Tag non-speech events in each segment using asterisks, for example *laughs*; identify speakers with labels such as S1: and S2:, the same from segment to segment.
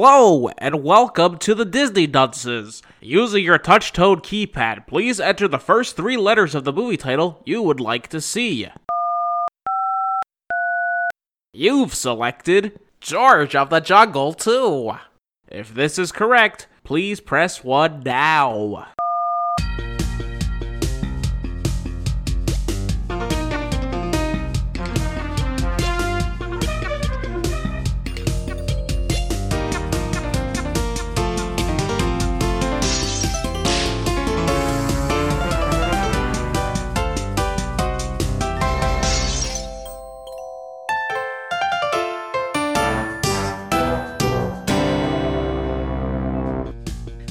S1: Hello, and welcome to the Disney Dunces. Using your touch tone keypad, please enter the first three letters of the movie title you would like to see. You've selected George of the Jungle 2. If this is correct, please press 1 now.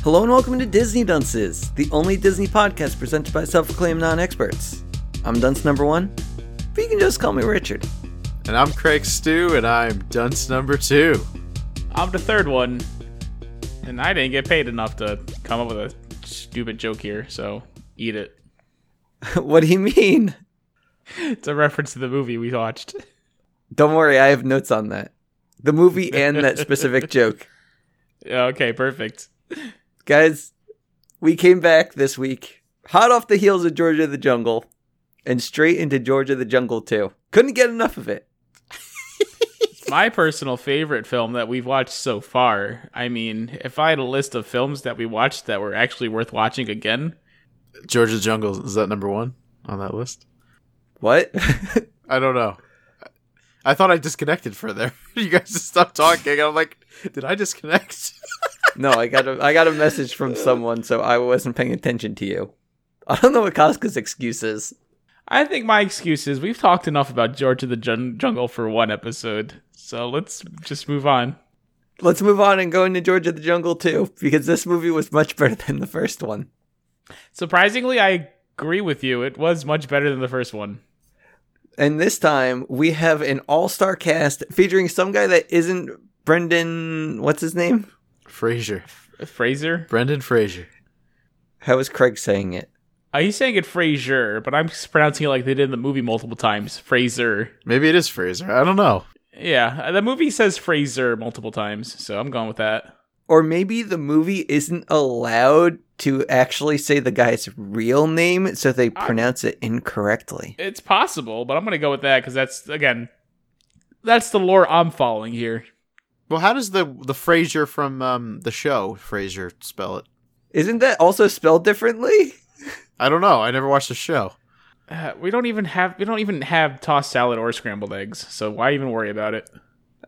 S2: Hello and welcome to Disney Dunces, the only Disney podcast presented by self acclaimed non experts. I'm dunce number one, but you can just call me Richard. *laughs*
S3: And I'm Craig Stew, and I'm dunce number two.
S4: I'm the third one, and I didn't get paid enough to come up with a stupid joke here, so eat it.
S2: what do you mean?
S4: It's a reference to the movie we watched.
S2: Don't worry, I have notes on that. The movie and that specific joke.
S4: Okay, perfect.
S2: Guys, we came back this week, hot off the heels of Georgia of the Jungle, and straight into Georgia of the Jungle 2. Couldn't get enough of it.
S4: My personal favorite film that we've watched so far. I mean, if I had a list of films that we watched that were actually worth watching again,
S3: Georgia Jungle is that number one on that list?
S2: What? *laughs*
S3: I don't know. I thought I disconnected for there. *laughs* you guys just stopped talking. I'm like, did I disconnect? *laughs*
S2: no, I got a I got a message from someone, so I wasn't paying attention to you. I don't know what Casca's excuse is.
S4: I think my excuse is we've talked enough about George of the Jun- Jungle for one episode, so let's just move on.
S2: let's move on and go into Georgia the Jungle too, because this movie was much better than the first one.
S4: Surprisingly, I agree with you. It was much better than the first one.
S2: And this time we have an all star cast featuring some guy that isn't Brendan. What's his name?
S3: Fraser,
S4: Fraser?
S3: Brendan Fraser.
S2: How is Craig saying it?
S4: Uh, he's saying it Fraser, but I'm pronouncing it like they did in the movie multiple times. Fraser.
S3: Maybe it is Fraser. I don't know.
S4: Yeah, uh, the movie says Fraser multiple times, so I'm going with that.
S2: Or maybe the movie isn't allowed to actually say the guy's real name, so they
S4: I-
S2: pronounce it incorrectly.
S4: It's possible, but I'm going to go with that because that's, again, that's the lore I'm following here.
S3: Well, how does the the Fraser from um, the show Fraser spell it?
S2: Isn't that also spelled differently?
S3: I don't know. I never watched the show.
S4: Uh, we don't even have we don't even have tossed salad or scrambled eggs, so why even worry about it?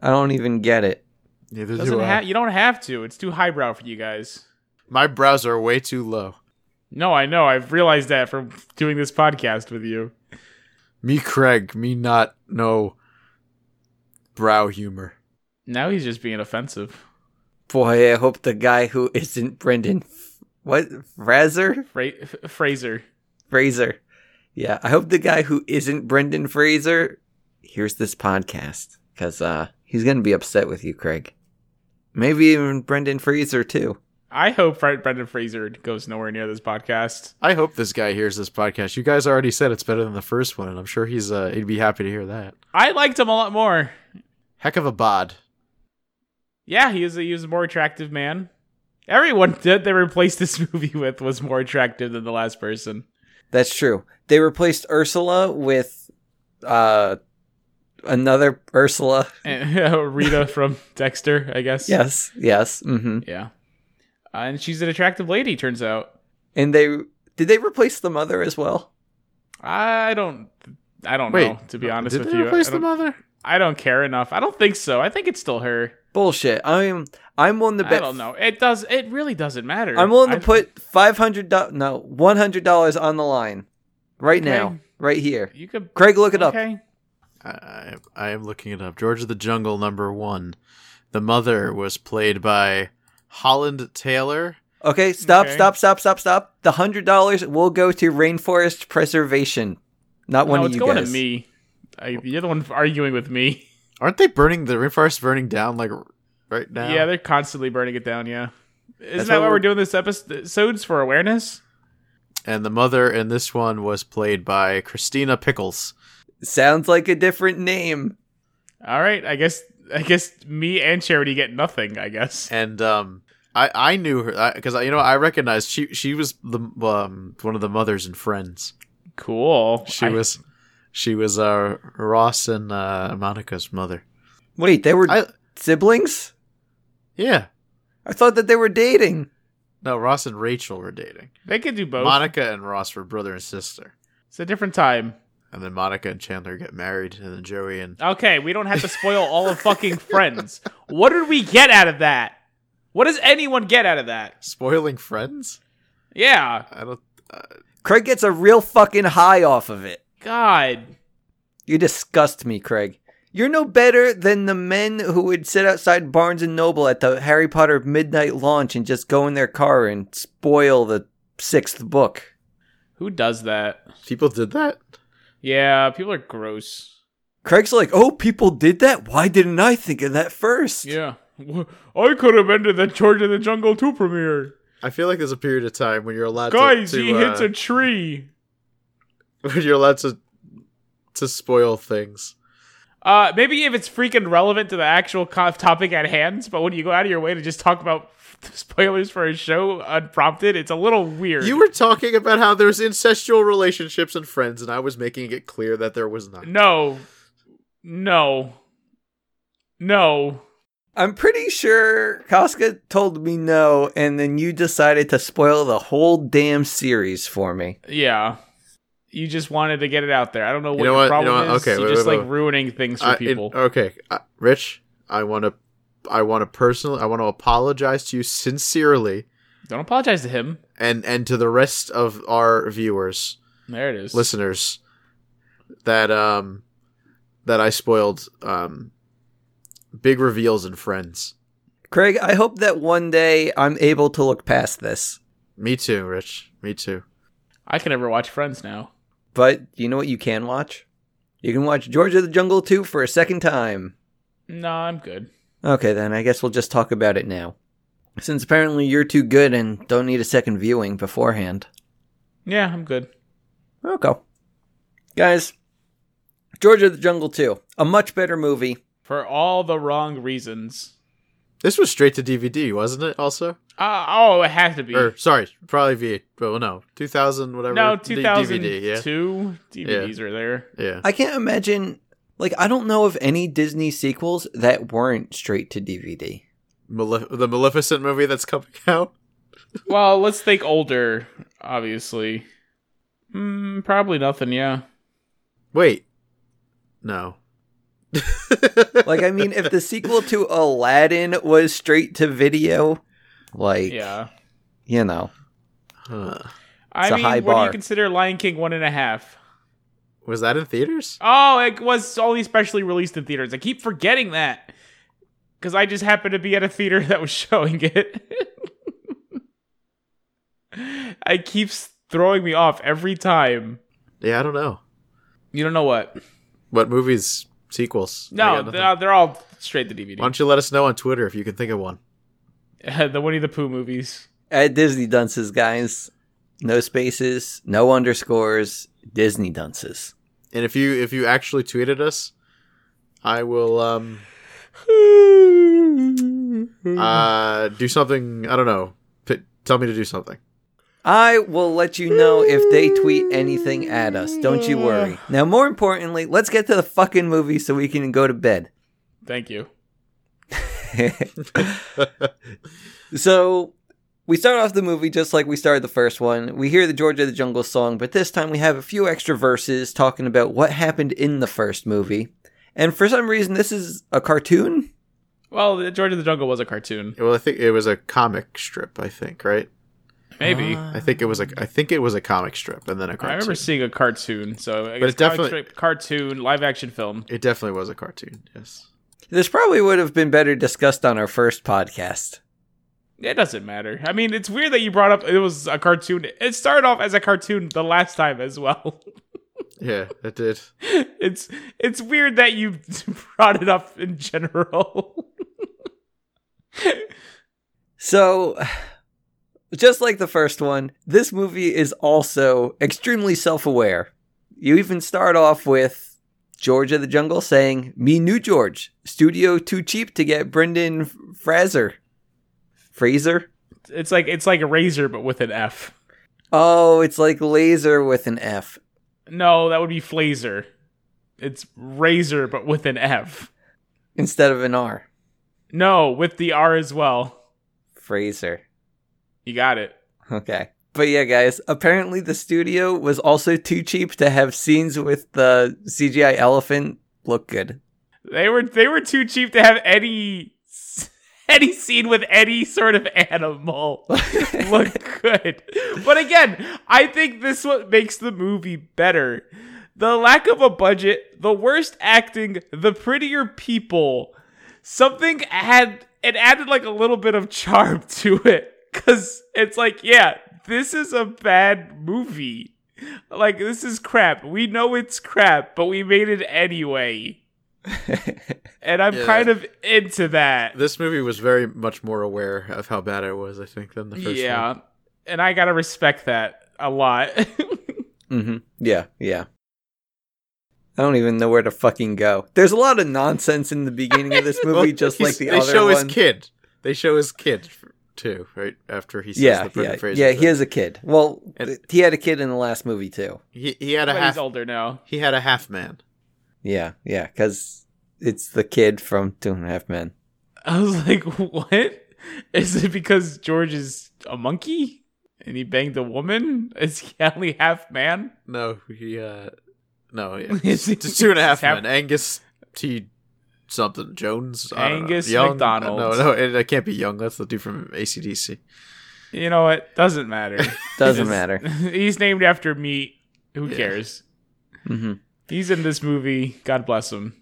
S2: I don't even get it.
S3: Neither
S4: Doesn't
S3: do I.
S4: ha- you don't have to. It's too highbrow for you guys.
S3: My brows are way too low.
S4: No, I know. I've realized that from doing this podcast with you.
S3: Me Craig. Me not no brow humor.
S4: Now he's just being offensive.
S2: Boy, I hope the guy who isn't Brendan. What? Fraser?
S4: Fra- F- Fraser.
S2: Fraser. Yeah, I hope the guy who isn't Brendan Fraser hears this podcast because uh, he's going to be upset with you, Craig. Maybe even Brendan Fraser, too.
S4: I hope Fre- Brendan Fraser goes nowhere near this podcast.
S3: I hope this guy hears this podcast. You guys already said it's better than the first one, and I'm sure he's uh, he'd be happy to hear that.
S4: I liked him a lot more.
S3: Heck of a bod.
S4: Yeah, he was a, he was a more attractive man. Everyone *laughs* that they replaced this *laughs* movie with was more attractive than the last person.
S2: That's true. They replaced Ursula with uh, another
S4: *laughs*
S2: Ursula.
S4: And,
S2: *laughs*
S4: Rita from Dexter, I guess.
S2: Yes, yes. hmm
S4: Yeah. Uh, and she's an attractive lady, turns out.
S2: And they did they replace the mother as well?
S4: I don't. I don't
S3: Wait,
S4: know. Oh, To be honest
S3: did
S4: with
S3: they
S4: you,
S3: replace
S4: I
S3: the
S4: don't,
S3: mother?
S4: I don't care enough. I don't think so. I think it's still her.
S2: Bullshit. I'm I'm willing to bet.
S4: I don't know. It does. It really doesn't matter.
S2: I'm willing to
S4: I-
S2: put five hundred dollars, no, one hundred dollars on the line, right now,
S4: Okay.
S2: right here.
S4: You could
S2: Craig, look it up.
S4: okay.
S3: I, I I am looking it up. George of the Jungle number one. The mother was played by Holland Taylor.
S2: Okay, stop,
S4: Okay.
S2: stop, stop, stop, stop. The hundred dollars will go to rainforest preservation. Not Uh, one
S4: no,
S2: of
S4: it's
S2: you
S4: going
S2: guys.
S4: to me. I, you're the one arguing with me.
S3: Aren't they burning the rainforest burning down like r- right now?
S4: Yeah, they're constantly burning it down. Yeah, isn't
S3: That's
S4: that
S3: why
S4: why we're,
S3: we're-
S4: doing this episodes for awareness?
S3: and the mother in this one was played by Christina Pickles.
S2: Sounds like a different name.
S4: All right, I guess I guess me and Charity get nothing. I guess.
S3: and um I, I knew her because you know I recognized she she was the um, one of the mothers and friends.
S4: Cool.
S3: She
S4: I-
S3: was she was uh, Ross and uh, Monica's mother.
S2: Wait, they were
S3: I
S2: siblings?
S3: yeah
S2: I thought that they were dating.
S3: no Ross and Rachel were dating.
S4: They could do both.
S3: Monica and Ross were brother and sister,
S4: it's a different time.
S3: and then Monica and Chandler get married, and then Joey and
S4: Okay, we don't have to spoil all of fucking *laughs* Friends. What did we get out of that? What does anyone get out of that?
S3: spoiling friends.
S4: Yeah.
S3: I don't.
S2: Craig gets a real fucking high off of it.
S4: God.
S2: You disgust me, Craig. You're no better than the men who would sit outside Barnes and Noble at the Harry Potter midnight launch and just go in their car and spoil the sixth book.
S4: Who does that?
S3: People did that.
S4: Yeah, people are gross.
S2: Craig's like, "Oh, people did that. Why didn't I think of that first?
S4: Yeah. I could have ended the George of the Jungle 2 premiere.
S3: I feel like there's a period of time when you're allowed
S4: Guys,
S3: to, to
S4: he hits
S3: uh,
S4: a tree.
S3: *laughs* when you're allowed to to spoil things.
S4: Uh, maybe if it's freaking relevant to the actual co- topic at hand, but when you go out of your way to just talk about *laughs* spoilers for a show unprompted, it's a little weird.
S3: You were talking about how there's incestual relationships and friends, and I was making it clear that there was not.
S4: No. No. No.
S2: I'm pretty sure Casca told me no, and then you decided to spoil the whole damn series for me.
S4: Yeah. You just wanted to get it out there. I don't know what
S3: You know
S4: your
S3: what? You
S4: problem
S3: know what?
S4: is.
S3: Okay,
S4: You're
S3: wait,
S4: just
S3: wait,
S4: like
S3: wait.
S4: ruining things for
S3: I- in-
S4: people.
S3: okay, uh, Rich, I want to, I want to personally, I want to apologize to you sincerely,
S4: don't apologize to him.
S3: and and to the rest of our viewers,
S4: There it is.
S3: listeners, that um, that I spoiled um, big reveals and friends.
S2: Craig, I hope that one day I'm able to look past this.
S3: Me too, Rich. Me too.
S4: I can never watch Friends now.
S2: But you know what you can watch? You can watch George of the Jungle 2 for a second time.
S4: No, I'm good.
S2: Okay, then I guess we'll just talk about it now. Since apparently you're too good and don't need a second viewing beforehand.
S4: Yeah, I'm good.
S2: Okay. Guys, George of the Jungle 2, a much better movie.
S4: For all the wrong reasons.
S3: This was straight to DVD, wasn't it? Also,
S4: Uh, oh, it has to be.
S3: or sorry, probably V. Well, no, two thousand whatever.
S4: no,
S3: D-
S4: 2002 DVDs are there.
S3: yeah, yeah.
S2: I can't imagine, like, I don't know of any Disney sequels that weren't straight to DVD.
S3: Malef- the Maleficent movie that's coming *laughs* out.
S4: well, let's think older, obviously. Mm, probably nothing, yeah.
S3: Wait, no. *laughs*
S2: Like, I mean, if the sequel to Aladdin was straight to video, like,
S4: Yeah.
S2: you know.
S3: Huh.
S4: I
S2: It's a
S4: mean,
S2: high
S4: what do
S2: bar.
S4: you consider Lion King one and a half?
S3: was that in theaters?
S4: Oh, it was only specially released in theaters. I keep forgetting that because I just happened to be at a theater *laughs* that was showing it. *laughs* it keeps throwing me off every time.
S3: Yeah, I don't know.
S4: You don't know what?
S3: What movies sequels? I
S4: No,
S3: got nothing.
S4: they're, they're all straight to
S3: Why
S4: DVD.
S3: don't you let us know on Twitter if you can think of one?
S4: *laughs* the Winnie the Pooh movies.
S2: At Disney Dunces, guys. No spaces, no underscores, Disney Dunces.
S3: And if you if you actually tweeted us, I
S2: *laughs*
S3: will um uh do something. I don't know. P- tell me to
S2: *laughs*
S3: do something.
S2: I will let you know if they tweet anything at us. Don't you worry. Now, more importantly, let's get to the fucking movie so we can go to bed. *laughs*
S4: Thank you.
S2: so, we start off the movie just like we started the first one. We hear the Georgia the Jungle song, but this time we have a few extra verses talking about what happened in the first movie. And for some reason, this is a cartoon?
S4: Well, the George of the Jungle was a cartoon.
S3: Well, I think it was a comic strip. I think right.
S4: Maybe.
S3: I think it was a I think it was a comic strip and then a
S4: I
S3: Uh, cartoon.
S4: remember seeing a cartoon. So, I guess
S3: it definitely-
S4: comic strip, cartoon, live action film.
S3: it definitely was a cartoon. Yes.
S2: This probably would have been better discussed on our first podcast.
S4: It doesn't matter. I mean, it's weird that you brought up it was a cartoon. It started off as a cartoon the last time as well. *laughs*
S3: Yeah, it did.
S4: it's it's weird that you *laughs* brought it up in general. *laughs*
S2: So, just like the first one, this movie is also extremely self aware. You even start off with George of the Jungle saying, "Me new George. Studio too cheap to get Brendan F- Fraser. Fraser?
S4: It's like it's like a razor but with an F.
S2: Oh, it's like laser with an F.
S4: No, that would be Flazer. It's razor but with an F.
S2: instead of an R.
S4: No, with the R as well.
S2: Fraser.
S4: You got it.
S2: Okay. But yeah, guys, apparently the studio was also too cheap to have scenes with the CGI elephant look good.
S4: They were they were too cheap to have any *laughs* any scene with any sort of animal look good. But again, I think this what makes the movie better. The lack of a budget, the worst acting, the prettier people. Something had it added like a little bit of charm *laughs* to it cuz it's like, yeah, this is a bad movie. Like this is crap. We know it's crap, but we made it anyway and I'm
S3: Yeah.
S4: kind of into that.
S3: This movie was very much more aware of how bad it was, I think, than the first
S4: yeah,
S3: one.
S4: and I gotta respect that a lot. *laughs*
S2: mm-hmm. Yeah, yeah. I don't even know where to fucking go. There's a lot of nonsense in the beginning of
S3: *laughs*
S2: this movie, just like
S3: he's-
S2: the
S3: they
S2: other
S3: show
S2: one.
S3: his kid. They show his kid too, right after he says
S2: yeah,
S3: the Brendan
S2: yeah,
S3: Fraser
S2: yeah.
S3: thing.
S2: He has a kid. Well,
S3: And-
S2: th- he had a kid in the last movie too.
S3: he, he had a
S4: but he's
S3: half.
S4: older now.
S3: He had a half man.
S2: Yeah, yeah. Because it's the kid from Two and a Half Men.
S4: I was like, *laughs* what? Is it because George is a monkey and he banged a woman? Is he *laughs* only half man?
S3: No, he uh, no,
S2: *laughs*
S3: yeah,
S4: Is he-
S3: just two and a half
S4: he's half-
S3: men. Angus T. Something Jones. I don't know.
S4: Angus
S3: Young?
S4: McDonald.
S3: No, no, it, it can't be young. That's the dude from ACDC.
S4: You know what? Doesn't matter.
S2: *laughs* Doesn't
S4: Just-
S2: matter.
S4: *laughs* he's named after meat. Who
S3: Yeah.
S4: cares?
S3: Mm-hmm.
S2: hmm
S4: He's in this movie. God bless him.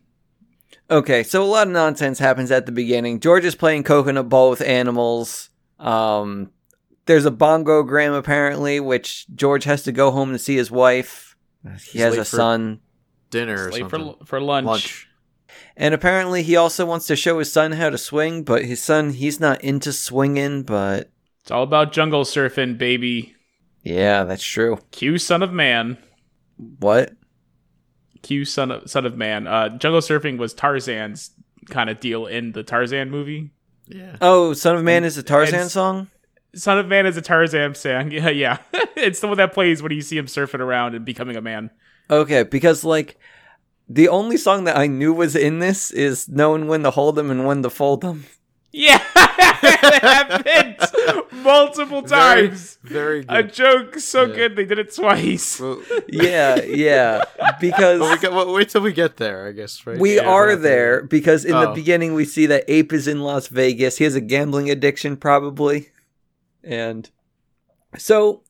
S2: Okay, so a lot of nonsense happens at the beginning. George is playing coconut ball with animals. Um, there's a bongo gram apparently, which George has to go home to see his wife. He
S3: He's
S2: has
S3: late
S2: a
S3: for
S2: son,
S3: Dinner or
S4: Late
S3: something.
S4: for for lunch.
S3: Lunch.
S2: and apparently he also wants to show his son how to swing. But his son, he's not into swinging. But
S4: It's all about jungle surfing, baby.
S2: yeah, that's true.
S4: Q, son of man.
S2: What?
S4: Q son of son of man. Uh, jungle surfing was Tarzan's kind of deal in the Tarzan movie.
S3: Yeah.
S2: Oh, Son of Man is a Tarzan
S4: It's-
S2: song.
S4: Son of man is a Tarzan song. *laughs* Yeah, yeah. it's the one that plays when you see him surfing around and becoming a man.
S2: Okay, because like the only song that I knew was in this is "Knowing When to Hold 'Em and When to Fold 'Em." *laughs*
S4: Yeah, *laughs*
S3: *laughs*
S4: it happened multiple
S3: Very-
S4: times.
S3: Very
S4: A
S3: good.
S4: joke so
S3: Yeah.
S4: good they did it twice. *laughs*
S3: Well,
S2: Yeah, yeah.
S3: well, we
S2: Because
S3: got, well, wait till we get there, I guess. Right?
S2: we
S3: Yeah, we're
S2: are
S3: not
S2: there because in the
S3: Oh.
S2: beginning we see that Ape is in Las Vegas. He has a gambling addiction probably. And so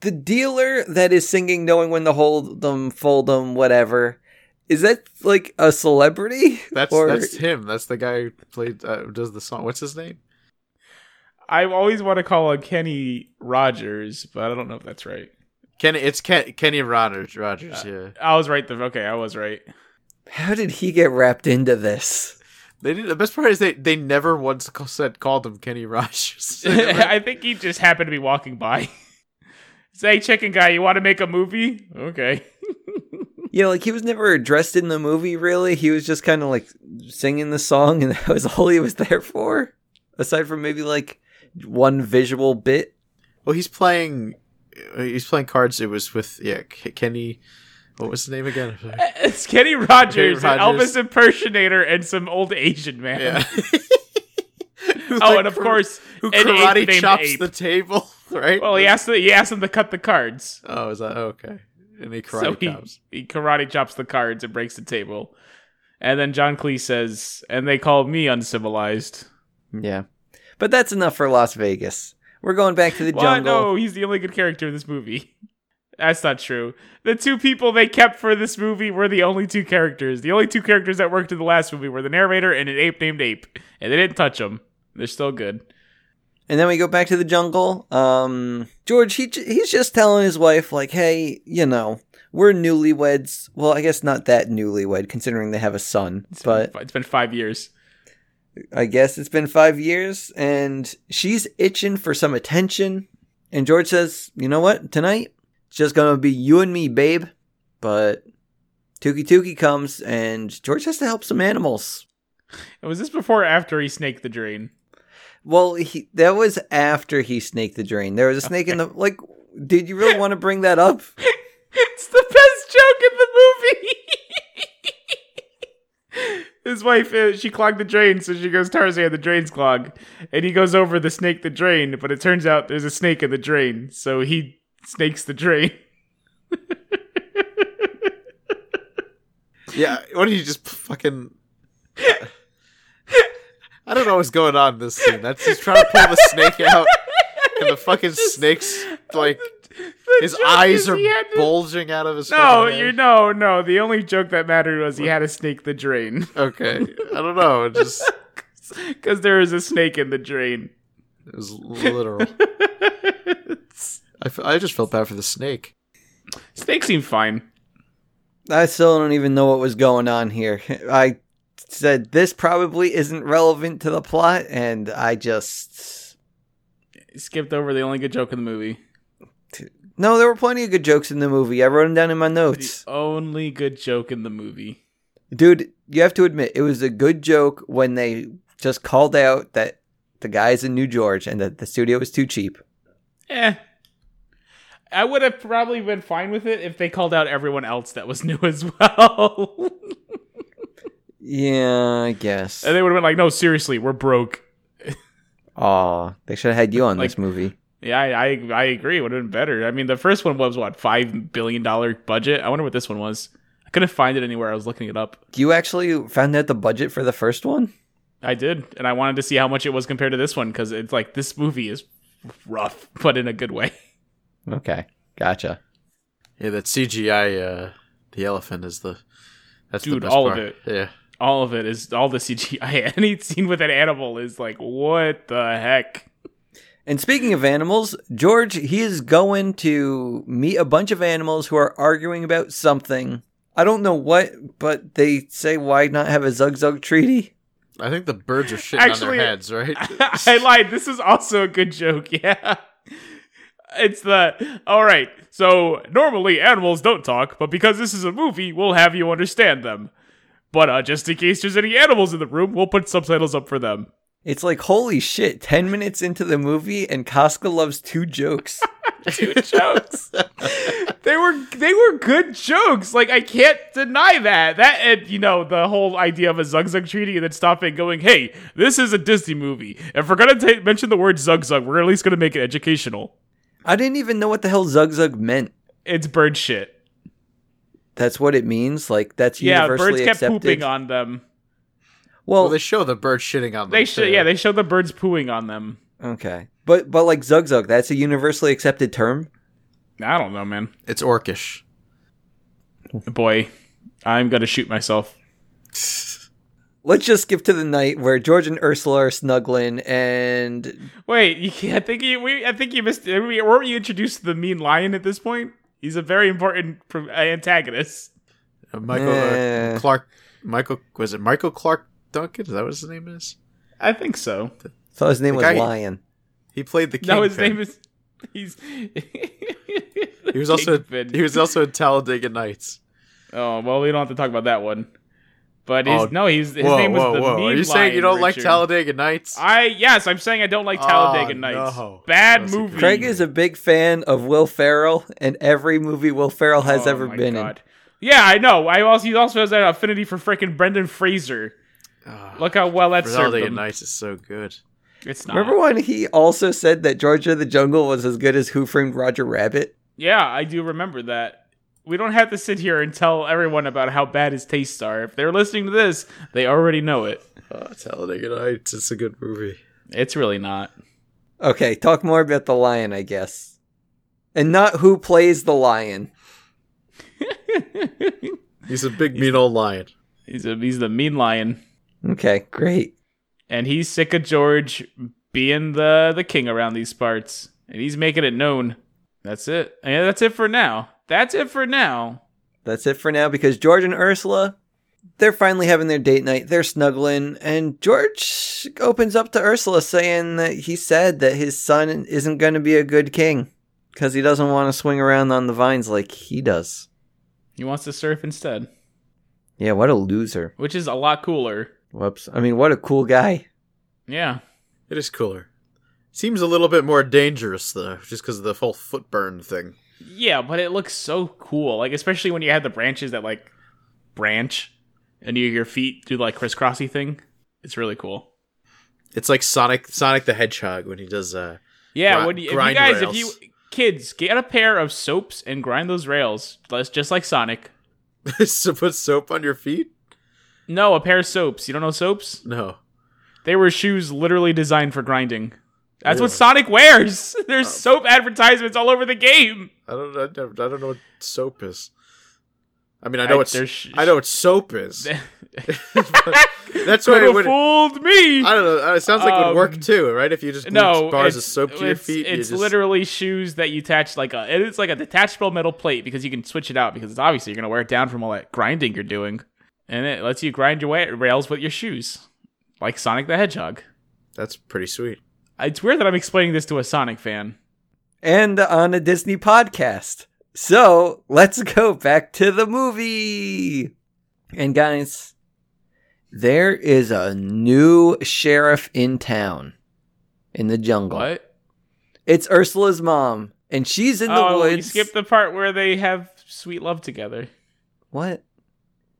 S2: the dealer that is singing knowing when to hold them, fold them, whatever, is that like a celebrity?
S3: That's
S2: Or-
S3: that's him. That's the guy who played uh, does the song. What's his name?
S4: I always want to call him Kenny Rogers, but I don't know if that's right.
S3: Kenny. It's Ken, Kenny Rogers. Rogers. yeah.
S4: I was right. The okay, I was
S3: *laughs*
S4: right. *laughs*
S2: How did he get wrapped into this?
S3: They did. The best part is they they never once ca- said called him Kenny
S4: *laughs*
S3: Rogers. They never-
S4: I think he just happened to be walking by. *laughs* Say, chicken guy, you want to make a movie? Okay.
S2: You know, like he was never addressed in the movie really. He was just kind of like singing the song and *laughs* that was all he was there for. Aside from maybe like one visual bit.
S3: well, he's playing. uh, He's playing cards. It was with yeah K- Kenny. What was his name again?
S4: *laughs* It's Kenny Rogers,
S3: Kenny
S4: an
S3: Rogers.
S4: Elvis impersonator, and some old Asian
S3: Yeah.
S4: man. *laughs*
S3: *laughs* Who,
S4: Oh,
S3: like,
S4: and of
S3: kar-
S4: course,
S3: who
S4: an ape
S3: karate
S4: named
S3: chops
S4: Ape.
S3: the table, *laughs* right?
S4: well, he asked the, he asked him to cut the cards,
S3: Oh, is that okay? And he
S4: so
S3: karate
S4: he,
S3: chops.
S4: he karate chops the cards and breaks the table. And then John Cleese says, "And they call me uncivilized."
S2: Yeah. But that's enough for Las Vegas. We're going back to the
S4: Well,
S2: jungle.
S4: no, he's the only good character in this movie. *laughs* That's not true. The two people they kept for this movie were the only two characters. The only two characters that worked in the last movie were the narrator and an ape named Ape, and they didn't touch them. They're still good.
S2: And then we go back to the jungle. Um, George, he j- he's just telling his wife, like, hey, you know, we're newlyweds. Well, I guess not that newlywed, considering they have a son.
S4: It's been
S2: But
S4: fi- it's been five years.
S2: I guess it's been five years, and she's itching for some attention. And George says, you know what? Tonight, it's just gonna be you and me, babe. But Tookie Tookie comes and George has to help some animals.
S4: And was this before or after he snaked the drain?
S2: Well, he, that was after he snaked the drain. There was a snake in the like. Did you really want to bring that up?
S4: *laughs* It's the best joke in the movie. *laughs* His wife, uh, she clogged the drain, so she goes Tarzan. The drain's clogged, and he goes over the snake the drain. But it turns out there's a snake in the drain, so he snakes the drain. *laughs*
S3: Yeah, why don't you just p- fucking? I don't know what's going on in this scene. That's just trying to pull the snake out, and the fucking snake's like
S4: *laughs* The
S3: his
S4: joke
S3: eyes
S4: is
S3: are
S4: he had to-
S3: bulging out of his.
S4: No,
S3: fucking head.
S4: you no, no. The only joke that mattered was he had to snake the drain *laughs*
S3: Okay, I don't know. It just
S4: because there is a snake in the drain. *laughs*
S3: it was literal. I, f- I just felt bad for the snake.
S4: Snakes seem fine.
S2: I still don't even know what was going on here. *laughs* I said this probably isn't relevant to the plot, and I just
S4: Skipped over the only good joke in the movie.
S2: no. There were plenty of good jokes in the movie. I wrote them down in my
S4: The
S2: notes,
S4: only good joke in the movie.
S2: dude. You have to admit it was a good joke when they just called out that the guy's in New George and that the studio was too cheap.
S4: Eh. I would have probably been fine with it if they called out everyone else that was *laughs* new as *laughs* well.
S2: Yeah, I guess.
S4: and they would have been like, no, seriously, we're broke.
S2: Aw, they should have had you on
S4: Like-
S2: this movie.
S4: Yeah, I, I, I agree. It would have been better. I mean, the first one was, what, $5 billion budget? I wonder what this one was. I couldn't find it anywhere. I was looking it up.
S2: You actually found out the budget for the first one?
S4: I did. And I wanted to see how much it was compared to this one because it's like, this movie is rough, *laughs* but in a good way.
S2: Okay, gotcha.
S3: Yeah, that CGI. Uh, the elephant is the. That's the
S4: Dude,
S3: best
S4: all of
S3: part.
S4: it.
S3: Yeah.
S4: All of it is, all the CGI, *laughs* any scene with an animal is like, what the heck? *laughs*
S2: And speaking of animals, George, he is going to meet a bunch of animals who are arguing about something. I don't know what, but they say why not have a Zug Zug treaty?
S3: I think the birds are shitting on
S4: Actually,
S3: their heads, right?
S4: *laughs* I lied. This is also a good joke. *laughs* Yeah. It's the all right. So normally animals don't talk, but because this is a movie, we'll have you understand them. But uh, just in case there's any animals in the room, we'll put subtitles up for them.
S2: It's like, holy shit, 10 minutes into the movie, and Casca loves two
S4: *laughs*
S2: jokes.
S4: Two jokes. they were they were good jokes. Like I can't deny that. That and you know the whole idea of a Zug Zug treaty and then stopping, going, "Hey, this is a Disney movie. If we're gonna ta mention the word Zug Zug, we're at least gonna make it educational.
S2: I didn't even know what the hell Zug Zug meant.
S4: It's bird shit."
S2: That's what it means. Like, that's
S4: Yeah,
S2: universally
S4: birds kept
S2: accepted.
S4: pooping on them.
S3: well,
S2: Well,
S3: they show the bird shitting on them.
S4: They should,
S3: too.
S4: yeah, they showed the birds pooing on them.
S2: okay. But, but like, Zug Zug, that's a universally accepted term.
S4: I don't know, man.
S3: it's orcish.
S4: Boy, I'm gonna shoot myself.
S2: Let's just skip to the night where George and Ursula are snuggling, and
S4: Wait, *laughs* you can't, I think you, we, I think you missed. We, weren't you introduced to the mean lion at this point? He's a very important pro- uh, antagonist.
S3: Uh, Michael
S2: Yeah.
S3: uh, Clark. Michael was it Michael Clark Duncan? Is that what his name is?
S4: I think so.
S2: so his name was
S3: guy-
S2: Lion.
S3: He played the king.
S4: no, his name is. He's.
S3: He was also
S4: Kingpin.
S3: he was also in Talladega Nights.
S4: *laughs* oh well, we don't have to talk about that one. But he's,
S3: Oh,
S4: no, he's his
S3: whoa,
S4: name was
S3: whoa,
S4: the
S3: whoa!
S4: mean
S3: Are you
S4: lion.
S3: saying you don't like
S4: Richard.
S3: Talladega Nights?
S4: I yes, I'm saying I don't like
S3: Oh,
S4: Talladega Nights.
S3: no.
S4: Bad
S3: That's a
S4: movie.
S3: good-
S2: Craig is a big fan of Will Ferrell, and every movie Will Ferrell has
S4: Oh
S2: ever
S4: my
S2: been
S4: God. Yeah, I know. I also he also has that affinity for freaking Brendan Fraser.
S3: Ah,
S4: Look how well that served
S3: Talladega
S4: him.
S3: Nights is so good.
S4: It's
S2: in.
S4: not.
S2: Remember when he also said that George of the Jungle was as good as Who Framed Roger Rabbit?
S4: Yeah, I do remember that. We don't have to sit here and tell everyone about how bad his tastes are. If they're listening to this, they already know it.
S3: Oh, Talladega Nights. It's a good movie.
S4: It's really not.
S2: Okay, talk more about the lion, I guess, and not who plays the lion.
S3: He's a big mean old lion.
S4: he's a he's the mean lion,
S2: Okay, great.
S4: and he's sick of George being the the king around these parts, and he's making it known. That's it. Yeah, that's it for now. That's it for now.
S2: That's it for now because George and Ursula, they're finally having their date night. They're snuggling, and George opens up to Ursula saying that he said that his son isn't going to be a good king because he doesn't want to swing around on the vines like he does.
S4: He wants to surf instead.
S2: Yeah, what a loser.
S4: which is a lot cooler.
S2: Whoops. I mean, what a cool guy.
S4: Yeah.
S3: It is cooler. Seems a little bit more dangerous though, just because of the whole foot burn thing.
S4: Yeah, but it looks so cool. Like especially when you have the branches that like branch and you your feet do like crisscrossy thing. It's really cool.
S3: It's like Sonic, Sonic the Hedgehog when he does. Uh, *laughs*
S4: Yeah,
S3: Gri-
S4: when you, if you
S3: grind
S4: guys, if
S3: rails.
S4: you kids get a pair of soaps and grind those rails, just just like Sonic.
S3: so put soap on your feet.
S4: No, a pair of soaps. You don't know soaps?
S3: No,
S4: They were shoes literally designed for grinding. That's what
S3: Really?
S4: Sonic wears. *laughs* There's
S3: Oh.
S4: soap advertisements all over the game.
S3: I don't. I don't, I don't know what soap is. I mean, I know
S4: I-
S3: what
S4: there's sh-
S3: I know what soap
S4: *laughs*
S3: is. *laughs* That's what it
S4: Could have
S3: would.
S4: fooled me.
S3: I don't know. uh, It sounds like it would
S4: Um,
S3: work too, right? If you just
S4: no,
S3: glued bars of
S4: it's-
S3: soap to your
S4: it's-
S3: feet, you
S4: It's
S3: just-
S4: literally shoes that you attach like a. It's like a detachable metal plate because you can switch it out because it's obviously you're gonna wear it down from all that grinding you're doing, and it lets you grind your way rails with your shoes, like Sonic the Hedgehog.
S3: That's pretty sweet.
S4: It's weird that I'm explaining this to a Sonic fan.
S2: And on a Disney podcast. So let's go back to the movie. And guys, there is a new sheriff in town in the jungle.
S4: What?
S2: It's Ursula's mom, and she's in the
S4: oh, you
S2: woods.
S4: skipped the part where they have sweet love together.
S2: what?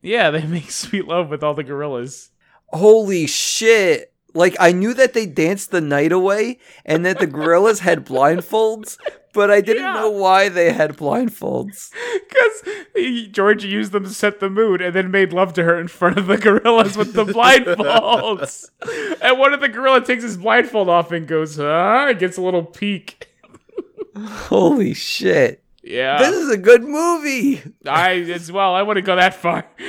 S4: Yeah, they *laughs* make sweet love with all the gorillas.
S2: Holy shit. Like, I knew that they danced the night away and that the gorillas
S4: *laughs*
S2: had blindfolds, but I didn't
S4: Yeah.
S2: know why they had blindfolds.
S4: Because George used them to set the mood and then made love to her in front of the gorillas with
S2: *laughs*
S4: the blindfolds. and one of the gorilla takes his blindfold off and goes, huh? And gets a little peek.
S2: Holy shit. This
S4: Yeah.
S2: is a good movie.
S4: I as well, I wouldn't go that far. *laughs*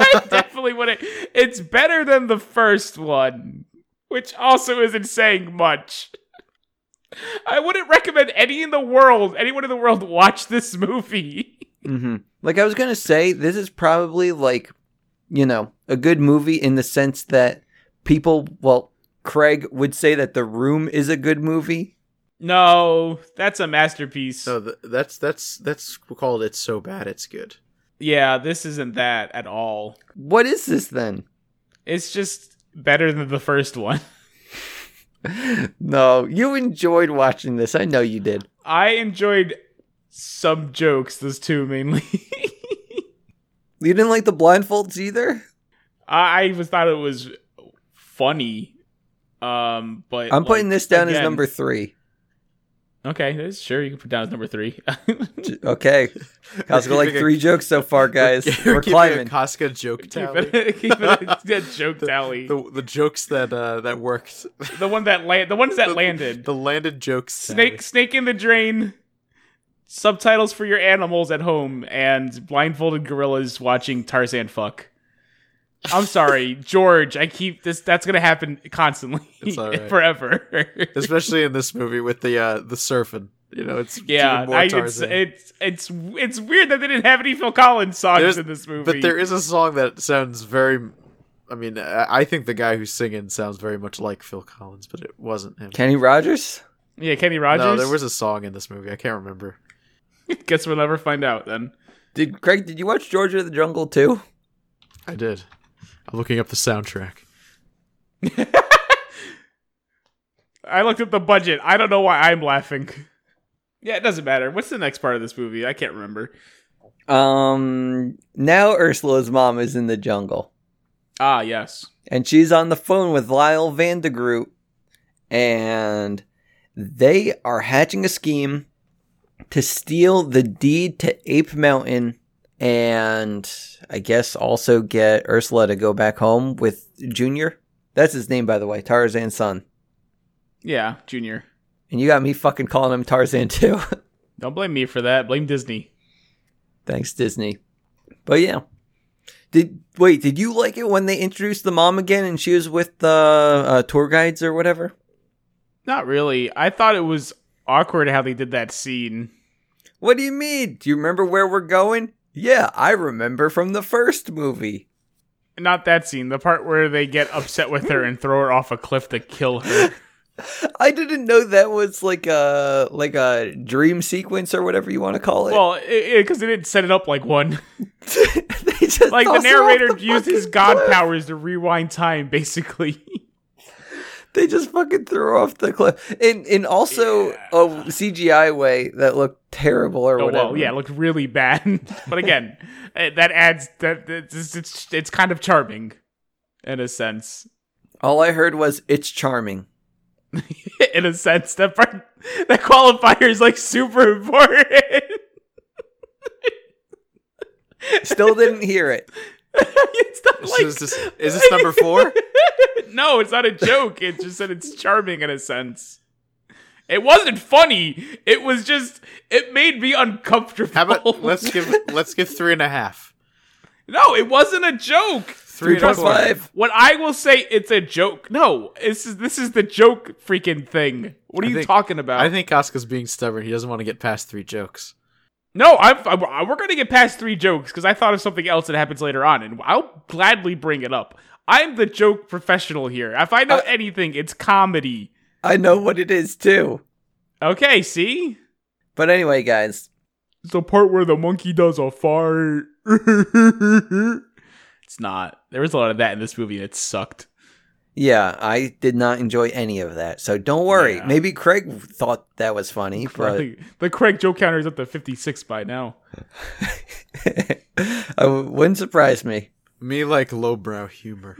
S4: I definitely wouldn't. It's better than the first one, which also isn't saying much. I wouldn't recommend any in the world, anyone in the world watch this movie. *laughs*
S2: Mm-hmm. Like I was gonna say, this is probably like, you know, a good movie in the sense that people, well, Craig would say that The Room is a good movie.
S4: No, that's a masterpiece.
S3: No, th- that's that's that's called. It's so bad, it's good.
S4: Yeah, this isn't that at all.
S2: What is this then?
S4: It's just better than the first one. *laughs*
S2: No, you enjoyed watching this. I know you did.
S4: I enjoyed some jokes, those two mainly. *laughs*
S2: You didn't like the blindfolds either.
S4: I I was thought it was funny. Um, but
S2: I'm putting
S4: like,
S2: this down as
S4: again-
S2: number three.
S4: Okay, that's- sure you can put down as number three. *laughs*
S2: J- Okay, how's it go, like
S3: keeping a-
S2: three jokes so far, guys?
S3: *laughs* We're,
S2: We're,
S3: keeping
S2: climbing.
S3: a Costco joke
S4: keep
S3: tally.
S4: it, keep it a, a joke tally. The,
S3: The, the jokes that uh, that worked.
S4: one that land, the ones *laughs* that
S3: The- *laughs*
S4: landed.
S3: The landed jokes. tally.
S4: snake, snake in the drain. Subtitles for your animals at home and blindfolded gorillas watching Tarzan fuck.
S3: *laughs*
S4: I'm sorry, George. I keep this. That's gonna happen constantly,
S3: It's
S4: *laughs*
S3: all right.
S4: forever.
S3: especially in this movie with the uh, the surfing. You know, it's it's
S4: yeah,
S3: even more
S4: I- it's,
S3: Tarzan.
S4: it's it's it's weird that they didn't have any Phil Collins songs *laughs*
S3: There's-
S4: in this movie.
S3: but there is a song that sounds very. I mean, I I think the guy who's singing sounds very much like Phil Collins, but it wasn't him.
S2: Kenny Rogers.
S4: yeah, Kenny Rogers.
S3: No, there was a song in this movie. I can't remember.
S4: *laughs* Guess we'll never find out then.
S2: Did Craig? Did you watch Georgia the Jungle too?
S3: I did. I'm looking up the soundtrack.
S4: I looked up the budget. I don't know why I'm laughing. *laughs* Yeah, it doesn't matter. What's the next part of this movie? I can't remember.
S2: Um, now Ursula's mom is in the jungle,
S4: Ah, yes.
S2: and she's on the phone with Lyle Vandergroot, and they are hatching a scheme to steal the deed to Ape Mountain, and I guess also get Ursula to go back home with Junior. That's his name, by the way, Tarzan's son.
S4: Yeah, Junior.
S2: And you got me fucking calling him Tarzan too. *laughs*
S4: Don't blame me for that. Blame Disney.
S2: Thanks, Disney. But yeah. Did wait, did you like it when they introduced the mom again and she was with the uh, tour guides or whatever?
S4: Not really. I thought it was awkward how they did that scene.
S2: What do you mean? Do you remember where we're going? Yeah, I remember from the first movie. *laughs*
S4: Not that scene. The part where they get upset with her and throw her off a cliff to
S2: *laughs*
S4: kill her.
S2: I didn't know that was like a like a dream sequence or whatever you want to call it.
S4: Well, because they didn't set it up like one.
S2: *laughs* they just
S4: Like the
S2: toss her off
S4: narrator
S2: the
S4: used his
S2: fucking
S4: god
S2: cliff.
S4: powers to rewind time, basically.
S2: They just fucking threw her off the cliff, and and also
S4: Yeah.
S2: a CGI way that looked terrible or
S4: *laughs* Oh
S2: whatever.
S4: well, yeah, it looked
S2: *laughs*
S4: really bad. but again, eh, that adds that it's, it's it's kind of charming, in a sense. *laughs*
S2: All I heard was it's charming.
S4: in a sense that part that qualifier is like super *laughs* important.
S2: Still didn't hear it.
S4: *laughs* it's not
S3: This
S4: like
S3: is, just- is this number
S4: *laughs*
S3: four?
S4: no, it's not a joke. It just said
S3: *laughs*
S4: it's charming in a sense. It wasn't funny. It was just it made me uncomfortable.
S3: How about let's give let's give three and a half.
S4: *laughs* no, it wasn't a joke.
S3: Three and a
S2: point
S3: quarter.
S2: five.
S4: When I will say it's a joke, no, this is this is the joke freaking thing. What are
S3: I
S4: you
S3: think-
S4: talking about?
S3: I think Oscar's being stubborn. He doesn't want to get past three jokes.
S4: No, I've, I, I- we're going to get past three jokes because I thought of something else that happens later on, and I'll gladly bring it up. I'm the joke professional here. If I know
S2: Uh,
S4: anything, it's comedy.
S2: I know what it is too.
S4: Okay, see?
S2: But anyway, guys, *laughs*
S4: It's the part where the monkey does a fart. it's not. There was a lot of that in this movie, and it sucked.
S2: yeah, I did not enjoy any of that. So don't worry.
S4: Yeah.
S2: Maybe Craig thought that was
S4: *laughs*
S2: funny, but
S4: Probably- The Craig joke counter is up to 56 by now.
S2: *laughs* it wouldn't surprise me.
S3: Me like lowbrow humor.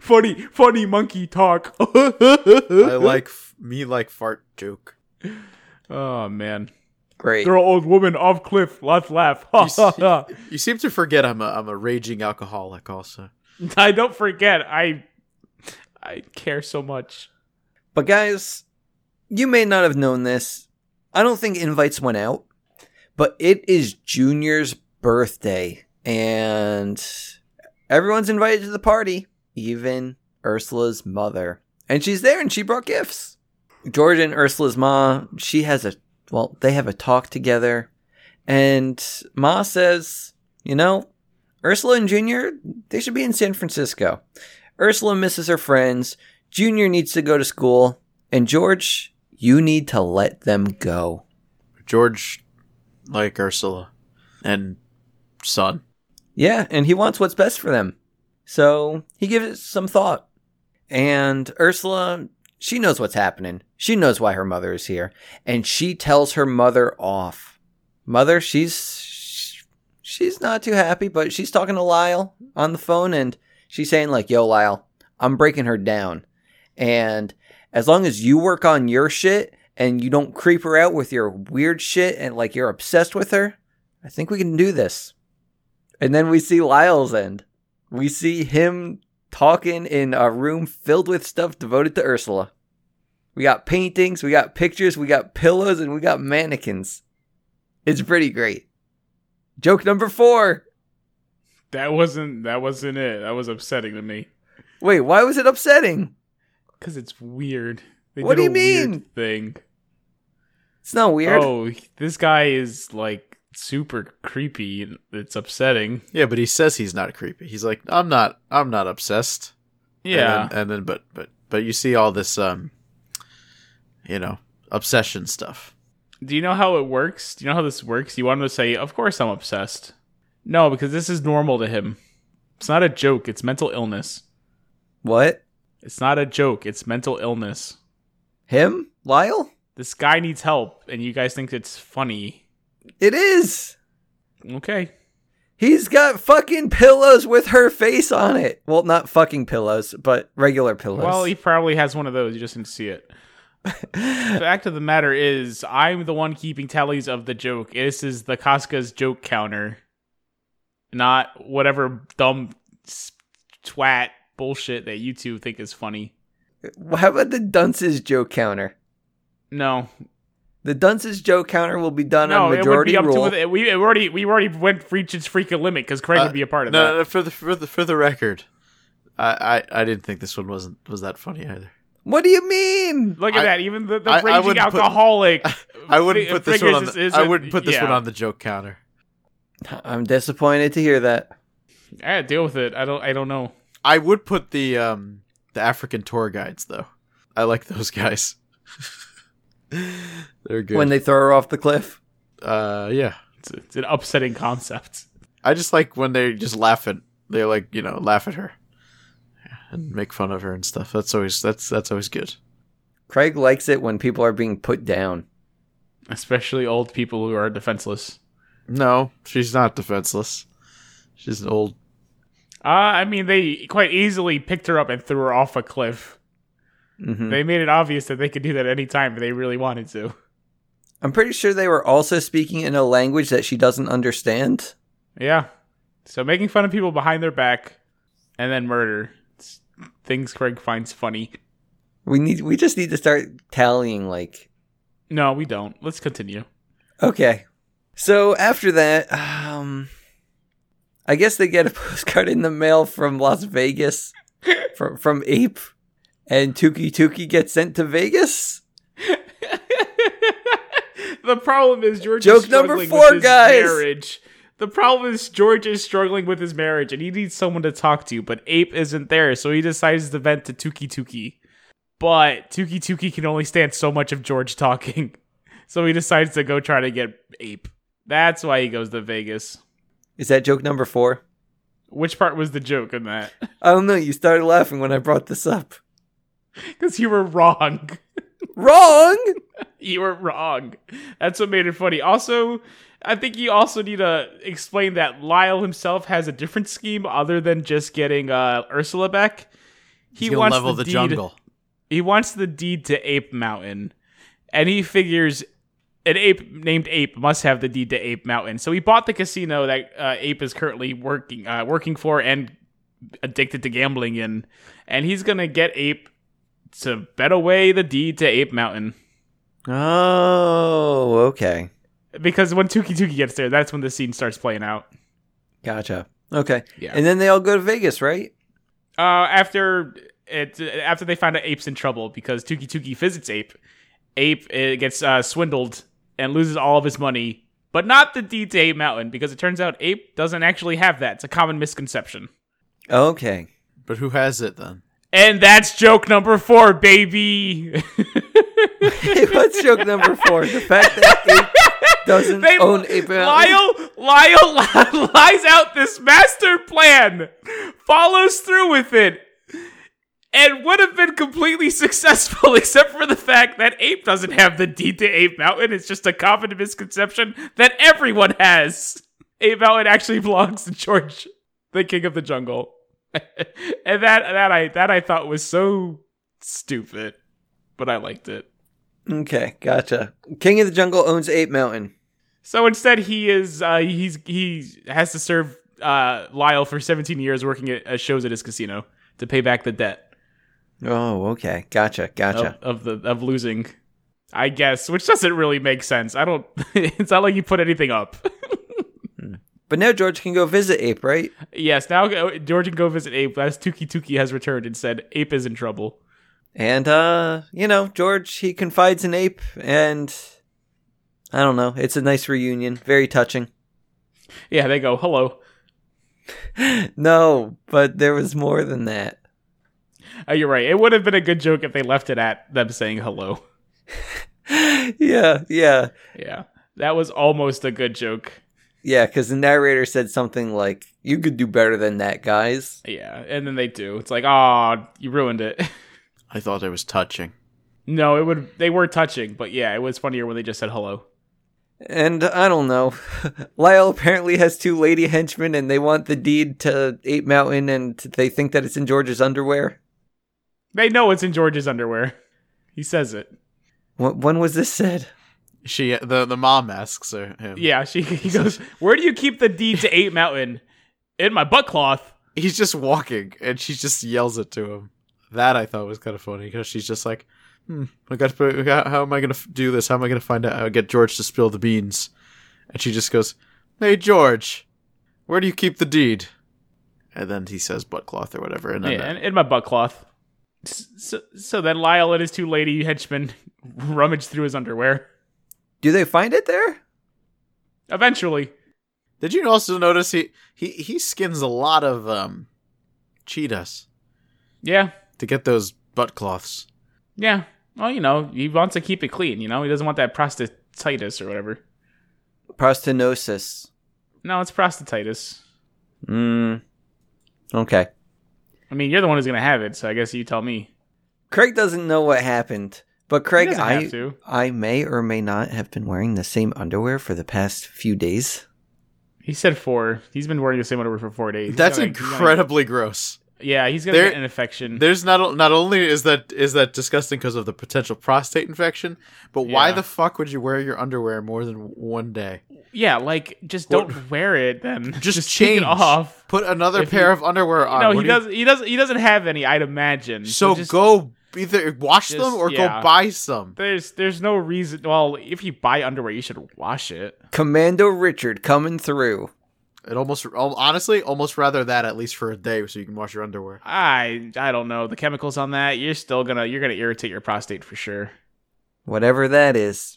S4: funny, funny monkey talk. *laughs*
S3: I like f- me like fart joke.
S4: oh, man.
S2: Great.
S4: Throw old woman off cliff. Let's laugh. *laughs* Ha, ha, ha.
S3: You seem to forget I'm a I'm a raging alcoholic. Also,
S4: I don't forget. I I care so much.
S2: But guys, you may not have known this. I don't think invites went out, but it is Junior's birthday, and everyone's invited to the party, even Ursula's mother. And she's there and she brought gifts. George and Ursula's ma, she has a, well, they have a talk together. And Ma says, you know, Ursula and Junior, they should be in San Francisco. Ursula misses her friends. Junior needs to go to school, and George, you need to let them go.
S3: George like Ursula and son.
S2: Yeah, and he wants what's best for them. So he gives it some thought. And Ursula, she knows what's happening. She knows why her mother is here, and she tells her mother off. Mother, she's she's not too happy, but she's talking to Lyle on the phone and she's saying like, "Yo, Lyle, I'm breaking her down. And as long as you work on your shit and you don't creep her out with your weird shit and like you're obsessed with her, I think we can do this." And then we see Lyle's end. We see him talking in a room filled with stuff devoted to Ursula. We got paintings, we got pictures, we got pillows, and we got mannequins. It's pretty great. Joke number four.
S4: That wasn't that wasn't it. That was upsetting to me
S2: Wait, why was it upsetting?
S4: because it's weird. They
S2: What do
S4: did a
S2: you
S4: weird
S2: mean?
S4: thing?
S2: It's not weird.
S4: Oh, this guy is like super creepy. and It's upsetting.
S3: Yeah, but he says he's not creepy. He's like I'm not I'm not obsessed.
S4: Yeah,
S3: and then, and then but but but you see all this um, you know, obsession stuff.
S4: Do you know how it works? Do you know how this works? You want him to say, Of course I'm obsessed. No, because this is normal to him. It's not a joke. It's mental illness.
S2: What?
S4: It's not a joke. It's mental illness.
S2: Him? Lyle?
S4: This guy needs help, and you guys think it's funny.
S2: It is.
S4: Okay.
S2: He's got fucking pillows with her face on it. Well, not fucking pillows, but regular pillows.
S4: Well, he probably has one of those. You just didn't see it. the fact of the matter is, I'm the one keeping tallies of the joke. This is the Casca's joke counter, not whatever dumb s- twat bullshit that you two think is funny.
S2: How about the Dunces joke counter?
S4: No,
S2: The Dunces joke counter will be done on
S4: no, it would
S2: majority
S4: be up
S2: rule.
S4: to it. we it already we already went reached its freaking limit because Craig
S3: Uh,
S4: would be a part of
S3: no,
S4: that.
S3: no, for the for the for the record, I, I I didn't think this one wasn't was that funny either.
S2: What do you mean?
S4: Look at
S3: I-
S4: that! Even the, the
S3: I- I
S4: raging
S3: wouldn't put-
S4: alcoholic.
S3: *laughs* I wouldn't put this one on.
S4: figures
S3: The,
S4: this
S3: I
S4: isn't-
S3: wouldn't put this
S4: yeah.
S3: one on the joke counter.
S2: I'm disappointed to hear that.
S4: I deal with it. I don't. I don't know.
S3: I would put the um the African tour guides though. I like those *laughs* guys. They're good.
S2: When they throw her off the cliff.
S3: uh yeah.
S4: It's, it's an upsetting concept.
S3: I just like when they just laugh at they like you know laugh at her and make fun of her and stuff. That's always that's that's always good.
S2: Craig likes it when people are being put down.
S4: Especially old people who are defenseless.
S3: No, she's not defenseless. She's an old.
S4: Uh, I mean, they quite easily picked her up and threw her off a cliff.
S2: hmm
S4: They made it obvious that they could do that anytime if they really wanted to.
S2: I'm pretty sure they were also speaking in a language that she doesn't understand.
S4: Yeah. So making fun of people behind their back and then murder. It's things Craig finds funny.
S2: We need we just need to start tallying like
S4: No, we don't. Let's continue.
S2: Okay. So after that, um, I guess they get a *laughs* postcard in the mail from Las Vegas from from Ape, and Tuki Tuki gets sent to Vegas.
S4: the problem is George
S2: Joke
S4: is struggling
S2: number four,
S4: with his
S2: guys.
S4: marriage. The problem is George is struggling with his marriage and he needs someone to talk to, but Ape isn't there, so he decides to vent to Tuki Tuki. But Tuki Tuki can only stand so much of George talking. *laughs* So he decides to go try to get Ape. That's why he goes to Vegas.
S2: Is that joke number four?
S4: Which part was the joke in that? *laughs*
S2: I don't know. You started laughing when I brought this up.
S4: Because you were wrong.
S2: Wrong.
S4: You were wrong. That's what made it funny. Also, I think you also need to explain that Lyle himself has a different scheme other than just getting uh, Ursula back. He
S3: He's gonna
S4: wants
S3: level
S4: the,
S3: the,
S4: deed,
S3: jungle.
S4: He wants the deed to Ape Mountain, and he figures an ape named Ape must have the deed to Ape Mountain. So he bought the casino that uh, Ape is currently working uh, working for and addicted to gambling in, and he's gonna get Ape to bet away the deed to Ape Mountain.
S2: Oh, okay.
S4: because when Tuki Tuki gets there, that's when the scene starts playing out.
S2: Gotcha. Okay.
S4: Yeah.
S2: And then they all go to Vegas, right?
S4: Uh, after it, after they find out Ape's in trouble because Tuki Tuki visits Ape, Ape uh, gets uh, swindled and loses all of his money, but not the deed to Ape Mountain because it turns out Ape doesn't actually have that. It's a common misconception.
S2: Okay. *laughs*
S3: But who has it then?
S4: And that's joke number four, baby. *laughs*
S2: What's joke number four? The fact that *laughs* Ape doesn't
S4: They-
S2: own Ape. Mountain?
S4: Lyle, Lyle *laughs* li- lies out this master plan, follows through with it, and would have been completely successful *laughs* except for the fact that Ape doesn't have the deed to Ape Mountain. It's just a common misconception that everyone has. Ape Mountain actually *laughs* belongs to George, the king of the jungle. *laughs* and that that I that I thought was so stupid, but I liked it.
S2: Okay, gotcha. King of the Jungle owns Ape Mountain.
S4: So instead, he is uh, he's he has to serve uh, Lyle for 17 years working at uh, shows at his casino to pay back the debt
S2: Oh, okay, gotcha,
S4: of,
S2: gotcha.
S4: of the of losing, I guess, which doesn't really make sense. I don't. *laughs* it's not like you put anything up.
S2: But now George can go visit Ape, right?
S4: yes, now go- George can go visit Ape. As Tuki Tuki has returned and said Ape is in trouble.
S2: And uh, you know, George he confides in Ape, and I don't know. It's a nice reunion, very touching.
S4: Yeah, they go hello.
S2: No, but there was more than that. *laughs*
S4: Uh, you're right. It would have been a good joke if they left it at them saying hello.
S2: yeah, yeah,
S4: Yeah, that was almost a good joke.
S2: yeah. Because the narrator said something like, "You could do better than that, guys."
S4: Yeah, and then they do. It's like, ah, you ruined it. *laughs*
S3: I thought it was touching.
S4: No, it would. They were touching, but yeah, it was funnier when they just said hello.
S2: And I don't know. *laughs* Lyle apparently has two lady henchmen, and they want the deed to Ape Mountain, and they think that it's in George's underwear.
S4: They know it's in George's underwear. He says it.
S2: Wh- When was this said?
S3: She the the mom asks her him.
S4: Yeah, she. *laughs* He goes, "Where do you keep the deed to Eight Mountain?" In my butt cloth.
S3: he's just walking and she just yells it to him. That I thought was kind of funny because she's just like, hmm, I got to put, how, how am I going to f- do this? How am I going to find out? I'll get George to spill the beans. And she just goes, Hey, George, where do you keep the deed? And then he says butt cloth or whatever. And
S4: Yeah,
S3: then uh,
S4: in, in my butt cloth. S- So, so then Lyle and his two lady henchmen *laughs* rummage through his underwear.
S2: Do they find it there?
S4: Eventually,
S3: did you also notice he, he, he skins a lot of um, cheetahs
S4: yeah,
S3: to get those butt cloths?
S4: yeah. Well, you know, he wants to keep it clean. You know, he doesn't want that prostatitis or whatever.
S2: Prostanosis.
S4: No, it's prostatitis.
S2: Mm. Okay.
S4: I mean, you're the one who's gonna have it, so I guess you tell me.
S2: Craig doesn't know what happened, but
S4: He
S2: Craig,
S4: doesn't
S2: I
S4: have to.
S2: I may or may not have been wearing the same underwear for the past few days.
S4: He said four. He's been wearing the same underwear for four days. He's
S3: That's
S4: gonna- he's gonna-
S3: incredibly gross.
S4: yeah, he's gonna
S3: There-
S4: get an infection.
S3: There's not not only is that is that disgusting because of the potential prostate infection, but why
S4: Yeah.
S3: the fuck would you wear your underwear more than one
S4: *laughs*
S3: day?
S4: yeah, like just
S3: What-
S4: don't wear it then.
S3: Just
S4: *laughs* take
S3: change.
S4: it off.
S3: Put another
S4: If
S3: pair
S4: you-
S3: of underwear on.
S4: no,
S3: What do
S4: he
S3: you-
S4: doesn't. He doesn't. He doesn't have any. I'd imagine.
S3: So
S4: just-
S3: go either wash
S4: just-
S3: them or
S4: yeah.
S3: go buy some.
S4: There's there's no reason. Well, if you buy underwear, you should wash it.
S2: Commando Richard coming through.
S3: It almost al- honestly almost rather that at least for a day so you can wash your underwear.
S4: I I don't know the chemicals on that. You're still gonna you're gonna irritate your prostate for sure.
S2: Whatever that is.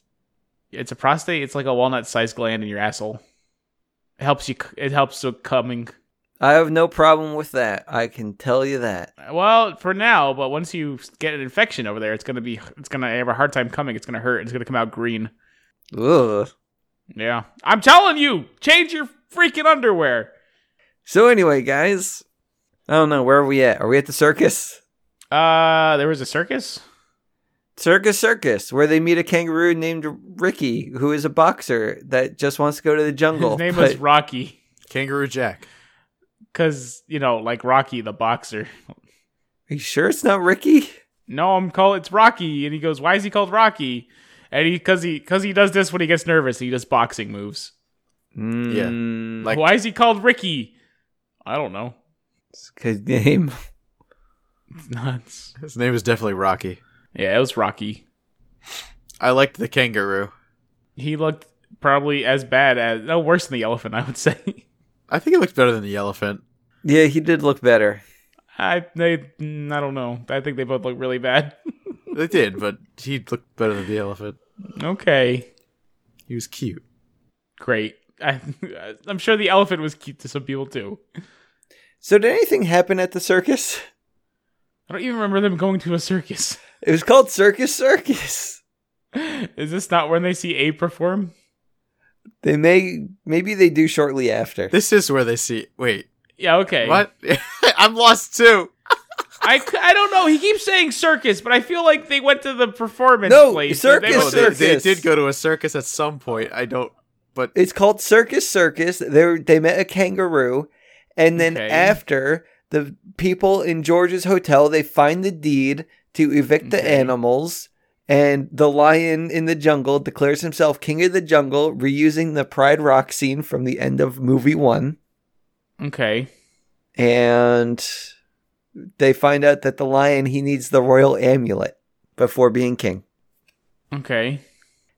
S4: It's a prostate. It's like a walnut sized gland in your asshole. It helps you. c- It helps with coming.
S2: I have no problem with that. I can tell you that.
S4: Well, for now, but once you get an infection over there, it's gonna be it's gonna have a hard time coming. It's gonna hurt. It's gonna come out green.
S2: Ugh.
S4: Yeah, I'm telling you, change your freaking underwear.
S2: So anyway, guys, I don't know where are we at. Are we at the circus?
S4: Uh, there was a circus.
S2: Circus Circus, where they meet a kangaroo named Ricky, who is a boxer that just wants to go to the jungle.
S4: His name
S2: but-
S4: was Rocky,
S3: Kangaroo Jack.
S4: cause you know, like Rocky the boxer.
S2: Are you sure it's not Ricky?
S4: no, I'm call it's Rocky, and he goes, why is he called Rocky? And he because he because he does this when he gets nervous, he does boxing moves.
S2: Mm,
S3: Like-
S4: why is he called Ricky? I don't know. *laughs*
S2: it's a good name.
S4: It's nuts.
S3: His name is definitely Rocky.
S4: Yeah, it was Rocky.
S3: I liked the kangaroo.
S4: He looked probably as bad as no worse than the elephant, *laughs* I would say.
S3: I think it looks better than the elephant.
S2: Yeah, he did look better.
S4: I they mm, I don't know. I think they both look really bad. *laughs*
S3: They did, but he looked better than the elephant.
S4: okay,
S3: He was cute.
S4: great. I, *laughs* I'm sure the elephant was cute to some people too.
S2: So did anything happen at the circus?
S4: I don't even remember them going to a circus. *laughs*
S2: It was called Circus Circus.
S4: Is this not when they see Abe perform?
S2: They may maybe they do shortly after.
S3: This is where they see. Wait,
S4: Yeah, okay.
S3: what? *laughs* I'm lost too.
S4: I, c- I don't know. He keeps saying circus, but I feel like they went to the performance
S2: No,
S4: place.
S2: circus,
S4: They
S3: No,
S4: went-
S3: Oh, they, they
S2: circus.
S3: did go to a circus at some point. I don't. But
S2: It's called Circus Circus. They were, they met a kangaroo, and then
S4: Okay.
S2: after the people in George's hotel, they find the deed to evict the
S4: Okay.
S2: animals, and the lion in the jungle declares himself king of the jungle, reusing the Pride Rock scene from the end of movie one,
S4: okay.
S2: and they find out that the lion he needs the royal amulet before being king.
S4: Okay.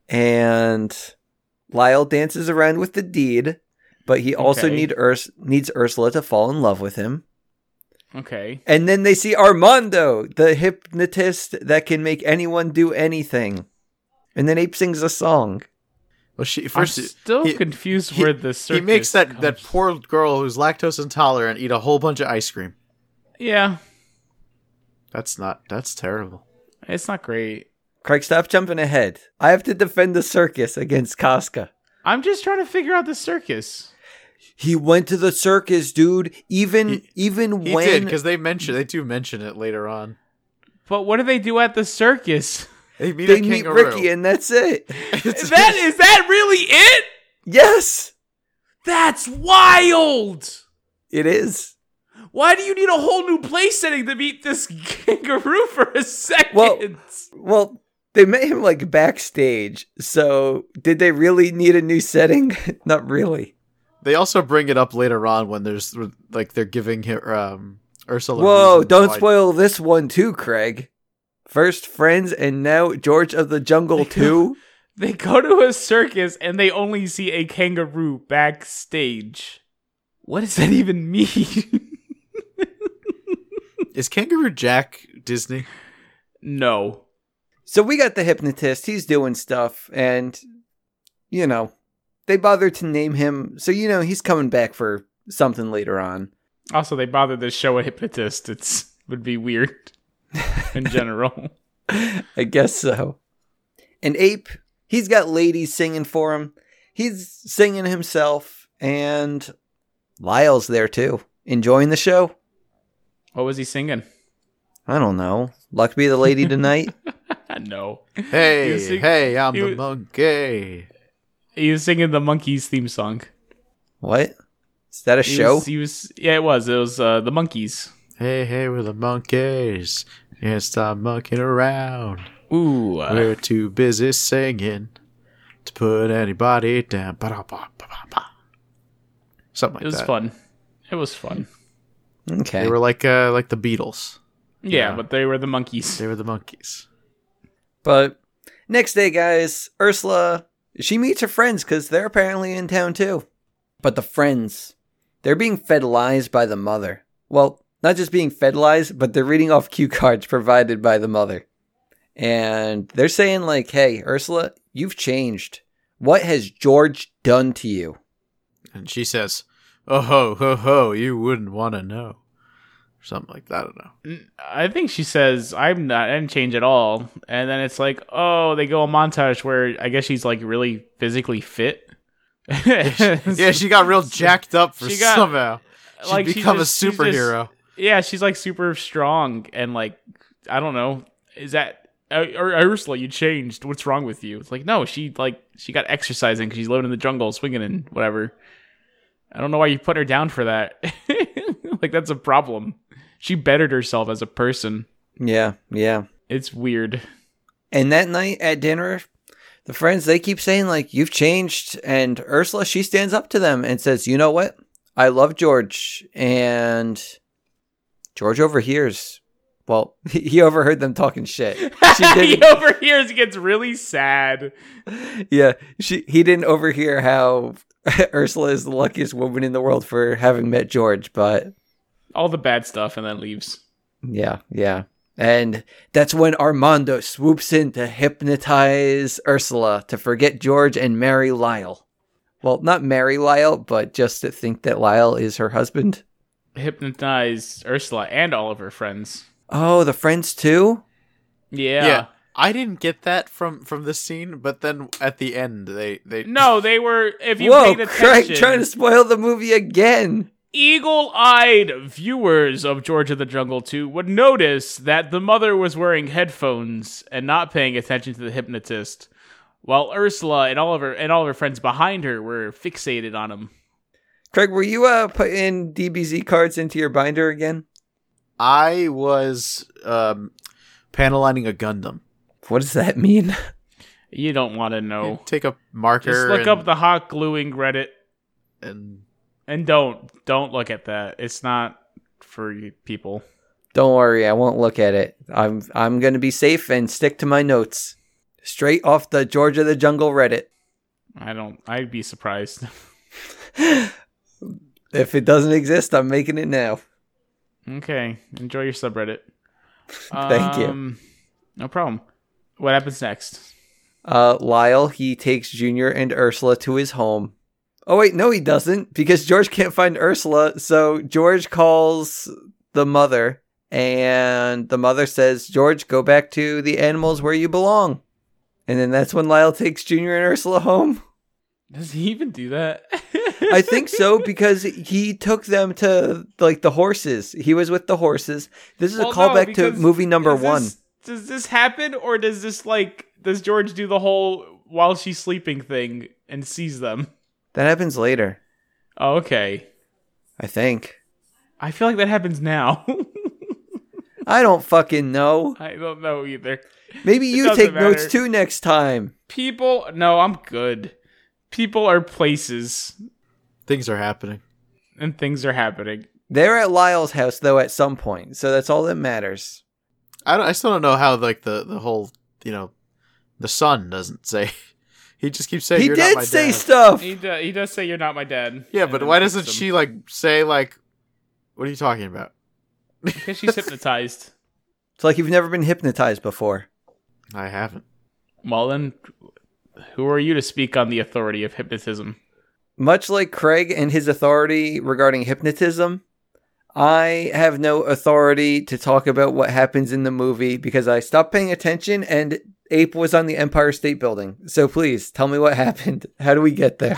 S2: and Lyle dances around with the deed, but he also
S4: Okay.
S2: need Urs- needs Ursula to fall in love with him.
S4: Okay.
S2: And then they see Armando, the hypnotist that can make anyone do anything. And then Ape sings a song.
S3: well, she
S4: I'm
S3: first
S4: still
S3: he-
S4: confused
S3: he-
S4: where the circus
S3: he makes that that
S4: comes-
S3: poor girl who's lactose intolerant eat a whole bunch of ice cream.
S4: Yeah.
S3: That's not. That's terrible.
S4: It's not great.
S2: Craig, stop jumping ahead. I have to defend the circus against Casca.
S4: I'm just trying to figure out the circus.
S2: He went to the circus, dude. Even
S3: He-
S2: even
S3: He
S2: when
S3: did because they mention they do mention it later on.
S4: But what do they do at the circus?
S3: They meet
S2: they
S3: a
S2: meet
S3: kangaroo.
S2: Ricky,
S3: *laughs*
S2: and *laughs* that's it.
S4: *laughs* Is that is that really it?
S2: yes,
S4: That's wild.
S2: it is.
S4: Why do you need a whole new place setting to meet this *laughs* kangaroo for a second?
S2: Well- Well, they met him like backstage. So, did they really need a new setting? *laughs* Not really.
S3: They also bring it up later on when there's like they're giving her um Ursula.
S2: Whoa,
S3: reasons
S2: don't
S3: why-
S2: spoil this one too, Craig. First Friends and now George of the Jungle 2.
S4: *laughs* They go to a circus and they only see a kangaroo backstage. What does that even mean? *laughs*
S3: Is Kangaroo Jack Disney?
S4: no.
S2: So, we got the hypnotist. He's doing stuff. And, you know, they bothered to name him. So, you know, he's coming back for something later on.
S4: Also, they bothered to show a hypnotist. It's would be weird in general.
S2: I guess so. And Ape, he's got ladies singing for him. He's singing himself. and Lyle's there too, enjoying the show.
S4: What was he singing?
S2: I don't know. Luck be the lady tonight.
S4: no. He
S3: Hey,
S4: was sing-
S3: hey, I'm
S4: he
S3: the
S4: was-
S3: monkey.
S4: He was singing the Monkeys theme song.
S2: what? Is that a
S4: He
S2: show?
S4: Was, he was, yeah, it was. It was uh, the Monkeys.
S3: Hey, hey, we're the monkeys. Can't stop monkeying around.
S4: Ooh. uh,
S3: We're too busy singing to put anybody down. Ba-da-ba-ba-ba-ba. Something like
S4: it was
S3: that.
S4: fun. It was fun.
S2: Okay.
S3: They were like uh, like the Beatles.
S4: Yeah,
S3: Yeah.
S4: but they were the Monkeys.
S3: They were the monkeys.
S2: but next day, guys, Ursula, she meets her friends because they're apparently in town too. But the friends, they're being fed lies by the mother. Well, not just being fed lies, but they're reading off cue cards provided by the mother. And they're saying, like, hey, Ursula, you've changed. What has George done to you?
S3: And she says, "Oh ho ho ho, you wouldn't want to know," or something like that. I don't know.
S4: N- I think she says, I'm not, I didn't change at all. And then it's like, oh, they go a montage where I guess she's like really physically fit. *laughs*
S3: Yeah, she got real jacked up for
S4: She got-
S3: somehow. She
S4: like, she
S3: become
S4: just-
S3: a
S4: she's just-
S3: superhero.
S4: Yeah, she's like super strong and like I don't know. Is that uh, or Ursula? You changed. What's wrong with you? It's like no, she like she got exercising. 'cause She's living in the jungle, swinging and whatever. I don't know why you put her down for that. *laughs* like that's a problem. She bettered herself as a person.
S2: Yeah, yeah.
S4: It's weird.
S2: And that night at dinner, the friends they keep saying like you've changed and Ursula she stands up to them and says, "You know what? I love George." And George overhears. Well, *laughs* he overheard them talking shit.
S4: *laughs*
S2: She
S4: he
S2: didn't
S4: overhears, gets really sad.
S2: Yeah, she he didn't overhear how *laughs* Ursula is the luckiest woman in the world for having met George, but
S4: All the bad stuff, and then leaves.
S2: yeah, yeah. And that's when Armando swoops in to hypnotize Ursula to forget George and marry Lyle. Well, not marry Lyle, but just to think that Lyle is her husband.
S4: Hypnotized Ursula and all of her friends.
S2: Oh, the friends too?
S4: Yeah.
S3: I didn't get that from from this scene, but then at the end they they
S4: No, they were. If you
S2: Whoa,
S4: paid
S2: Craig
S4: attention,
S2: trying to spoil the movie again.
S4: eagle-eyed viewers of George of the Jungle 2 would notice that the mother was wearing headphones and not paying attention to the hypnotist, while Ursula and all of her and all of her friends behind her were fixated on him.
S2: Craig, were you uh putting DBZ cards into your binder again?
S3: I was um panel lining a Gundam.
S2: What does that mean? *laughs*
S4: You don't want to know.
S3: Take a marker
S4: Oh. Just look
S3: and,
S4: up the hot gluing Reddit
S3: and
S4: and don't don't look at that. It's not for you people.
S2: Don't worry, I won't look at it. I'm I'm gonna be safe and stick to my notes. Straight off the Georgia the Jungle Reddit.
S4: I don't. I'd be surprised. *laughs*
S2: If it doesn't exist, I'm making it now.
S4: Okay. Enjoy your subreddit.
S2: *laughs* Thank you.
S4: you. No problem. What happens next?
S2: Uh, Lyle, he takes Junior and Ursula to his home. Oh, wait, no, he doesn't, because George can't find Ursula. So George calls the mother, and the mother says, George, go back to the animals where you belong. And then that's when Lyle takes Junior and Ursula home. *laughs*
S4: Does he even do that?
S2: I think so because he took them to like the horses. He was with the horses. This is
S4: Well,
S2: a
S4: no,
S2: callback to
S4: because
S2: movie number
S4: does
S2: one.
S4: this- does this happen, or does this like does George do the whole while she's sleeping thing and sees them?
S2: That happens later,
S4: Oh, okay,
S2: I think.
S4: I feel like that happens now. *laughs*
S2: I don't fucking know.
S4: I don't know either.
S2: Maybe
S4: It
S2: you
S4: doesn't
S2: take notes
S4: matter.
S2: too next time.
S4: People, no, I'm good. People are places,
S3: things are happening.
S4: and things are happening.
S2: They're at Lyle's house though at some point, so that's all that matters.
S3: I don't, I still don't know how like the the whole you know the son doesn't say. *laughs* He just keeps saying
S2: he
S3: You're not
S2: did
S3: my
S2: say
S3: dad."
S2: stuff.
S4: He do, he does say you're not my dad.
S3: Yeah,
S4: And
S3: but
S4: then
S3: why
S4: kicks
S3: doesn't
S4: him.
S3: she *laughs* like say like what are you talking about?
S4: *laughs* Because she's hypnotized.
S2: It's like you've never been hypnotized before.
S3: I haven't.
S4: Well, then, who are you to speak on the authority of hypnotism?
S2: Much like Craig and his authority regarding hypnotism, I have no authority to talk about what happens in the movie because I stopped paying attention and *laughs* Ape was on the Empire State Building. So please tell me what happened. How do we get there?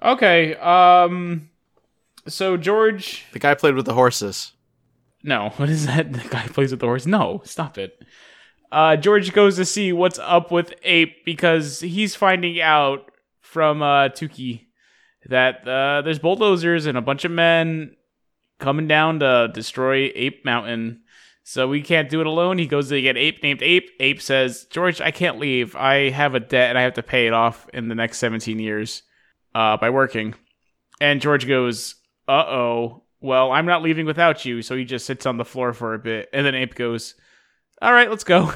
S4: Okay. Um. So George,
S3: The guy played with the
S4: *laughs*
S3: horses.
S4: no, what is that? The guy plays with the horse. No, stop it. Uh, George goes to see what's up with Ape because he's finding out from uh, Tuki that uh, there's bulldozers and a bunch of men coming down to destroy Ape Mountain. So we can't do it alone. He goes to get Ape named Ape. Ape says, George, I can't leave. I have a debt and I have to pay it off in the next 17 years uh, by working. And George goes, uh oh, well, I'm not leaving without you. So he just sits on the floor for a bit. And then Ape goes, all right, let's go.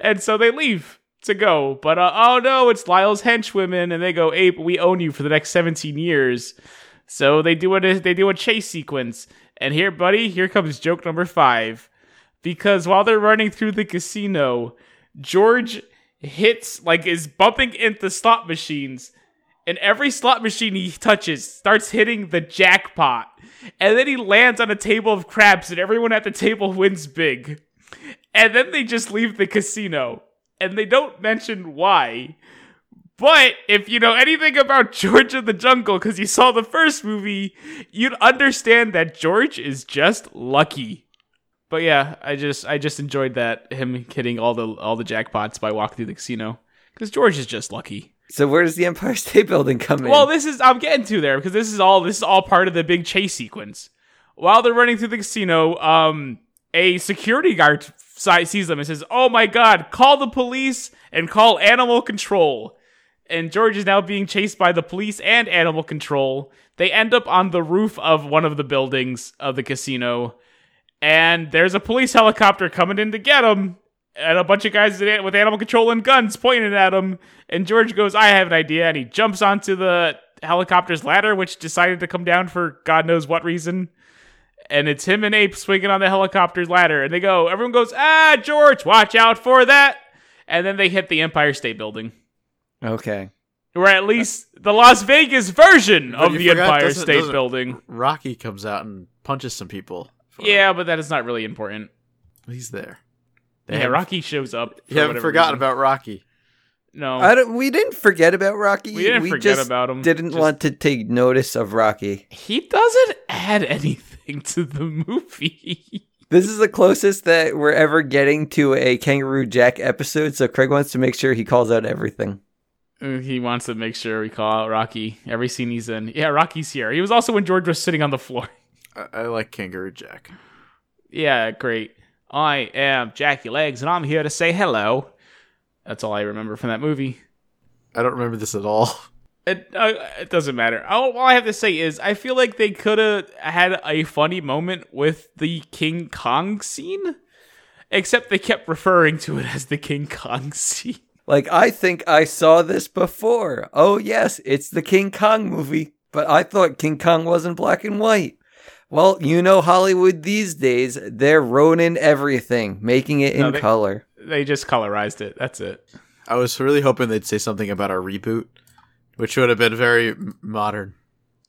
S4: and so they leave to go. But uh, oh no, it's Lyle's henchwomen. And they go, Ape, we own you for the next 17 years. So they do a, they do a chase sequence. And here, buddy, here comes joke number five. Because while they're running through the casino, George hits, like, is bumping into slot machines and every slot machine he touches starts hitting the jackpot. And then he lands on a table of craps, and everyone at the table wins big. And then they just leave the casino, and they don't mention why. But if you know anything about *laughs* George of the Jungle, because you saw the first movie, you'd understand that George is just lucky. But yeah, I just I just enjoyed that him hitting all the all the jackpots by walking through the casino because George is just lucky.
S2: So where does the Empire State Building come in?
S4: Well, this is I'm getting to there because this is all this is all part of the big chase sequence. While they're running through the casino, um, a security guard si- sees them and says, "Oh my God! Call the police and call animal control." And George is now being chased by the police and animal control. They end up on the roof of one of the buildings of the casino, and there's a police helicopter coming in to get him. And a bunch of guys with with animal control and guns pointed at him. And George goes, I have an idea. And he jumps onto the helicopter's ladder, which decided to come down for God knows what reason. And it's him and Ape swinging on the helicopter's ladder. And they go, everyone goes, Ah, George, watch out for that. And then they hit the Empire State Building.
S2: okay.
S4: Or at least the Las Vegas version
S3: But
S4: of
S3: you
S4: the
S3: forgot,
S4: Empire
S3: doesn't-
S4: State
S3: doesn't-
S4: Building.
S3: Rocky comes out and punches some people.
S4: Yeah, but that is not really important.
S3: He's there. They
S4: Yeah,
S3: haven't-
S4: Rocky shows up.
S3: You haven't forgotten about Rocky.
S4: No.
S2: I don't, we didn't forget about Rocky.
S4: we didn't forget
S2: just
S4: about him.
S2: Didn't
S4: Just-
S2: want to take notice of Rocky.
S4: He doesn't add anything to the movie.
S2: This is the closest that we're ever getting to a Kangaroo Jack episode. So Craig wants to make sure he calls out everything.
S4: Mm, he wants to make sure we call out Rocky every scene he's in. Yeah, Rocky's here. He was also when George was sitting on the floor. *laughs*
S3: I, I like Kangaroo Jack.
S4: Yeah, great. I am Jackie Legs, and I'm here to say hello. That's all I remember from that movie.
S3: I don't remember this at all. *laughs*
S4: It uh, it doesn't matter. All, all I have to say is I feel like they could have had a funny moment with the King Kong scene, except they kept referring to it as the King Kong *laughs* scene.
S2: Like I think I saw this before. Oh yes, it's the King Kong movie, but I thought King Kong wasn't black and white. Well, you know Hollywood these days, they're ronin everything, making it in
S4: No, they-
S2: color.
S4: They just colorized it. That's it.
S3: I was really hoping they'd say something about our reboot, which would have been very m- modern.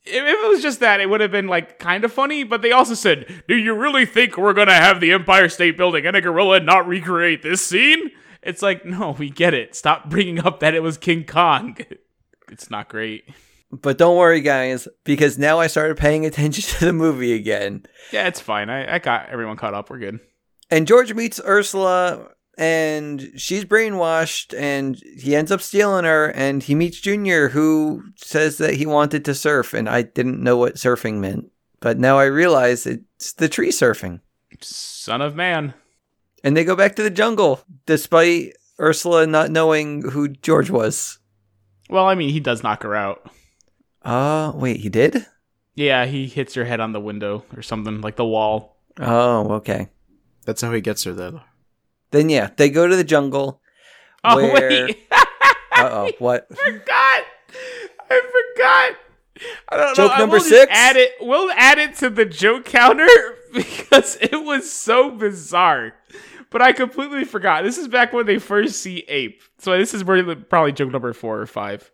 S4: if, if it was just that, it would have been like kind of funny. But they also said, "Do you really think we're gonna have the Empire State Building and a gorilla and not recreate this scene?" It's like, no, we get it. Stop bringing up that it was King Kong. *laughs* It's not great.
S2: But don't worry guys, because now I started paying attention *laughs* to the movie again.
S4: Yeah, it's fine. I, I got everyone caught up. We're good.
S2: And George meets Ursula and she's brainwashed and he ends up stealing her and he meets Junior who says that he wanted to surf and I didn't know what surfing meant. But now I realize it's the tree surfing.
S4: Son of man.
S2: And they go back to the jungle despite Ursula not knowing who George was.
S4: Well, I mean, he does knock her out.
S2: Uh wait, he did?
S4: Yeah, he hits her head on the window or something like the wall.
S2: Oh, okay.
S3: That's how he gets her, though.
S2: Then yeah, they go to the jungle.
S4: Oh *laughs*
S2: where-
S4: wait,
S2: Uh-oh, what?
S4: forgot. I forgot. I don't know.
S2: Joke
S4: I
S2: number
S4: will just
S2: six?
S4: Add it. We'll add it to the joke counter *laughs* because it was so bizarre. But I completely forgot. This is back when they first see ape. So this is really probably joke number four or five.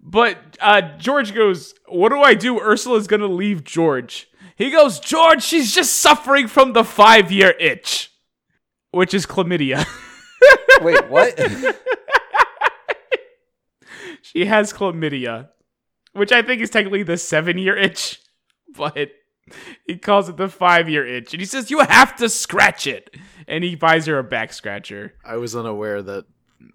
S4: But uh, George goes, "What do I do? Ursula's gonna leave George." He goes, "George, she's just suffering from the five-year *laughs* itch, which is chlamydia."
S2: Wait, what?
S4: She has chlamydia, which I think is technically the seven year itch, *laughs* but he calls it the five year itch. And he says, You have to scratch it. And he buys her a back scratcher.
S3: I was unaware that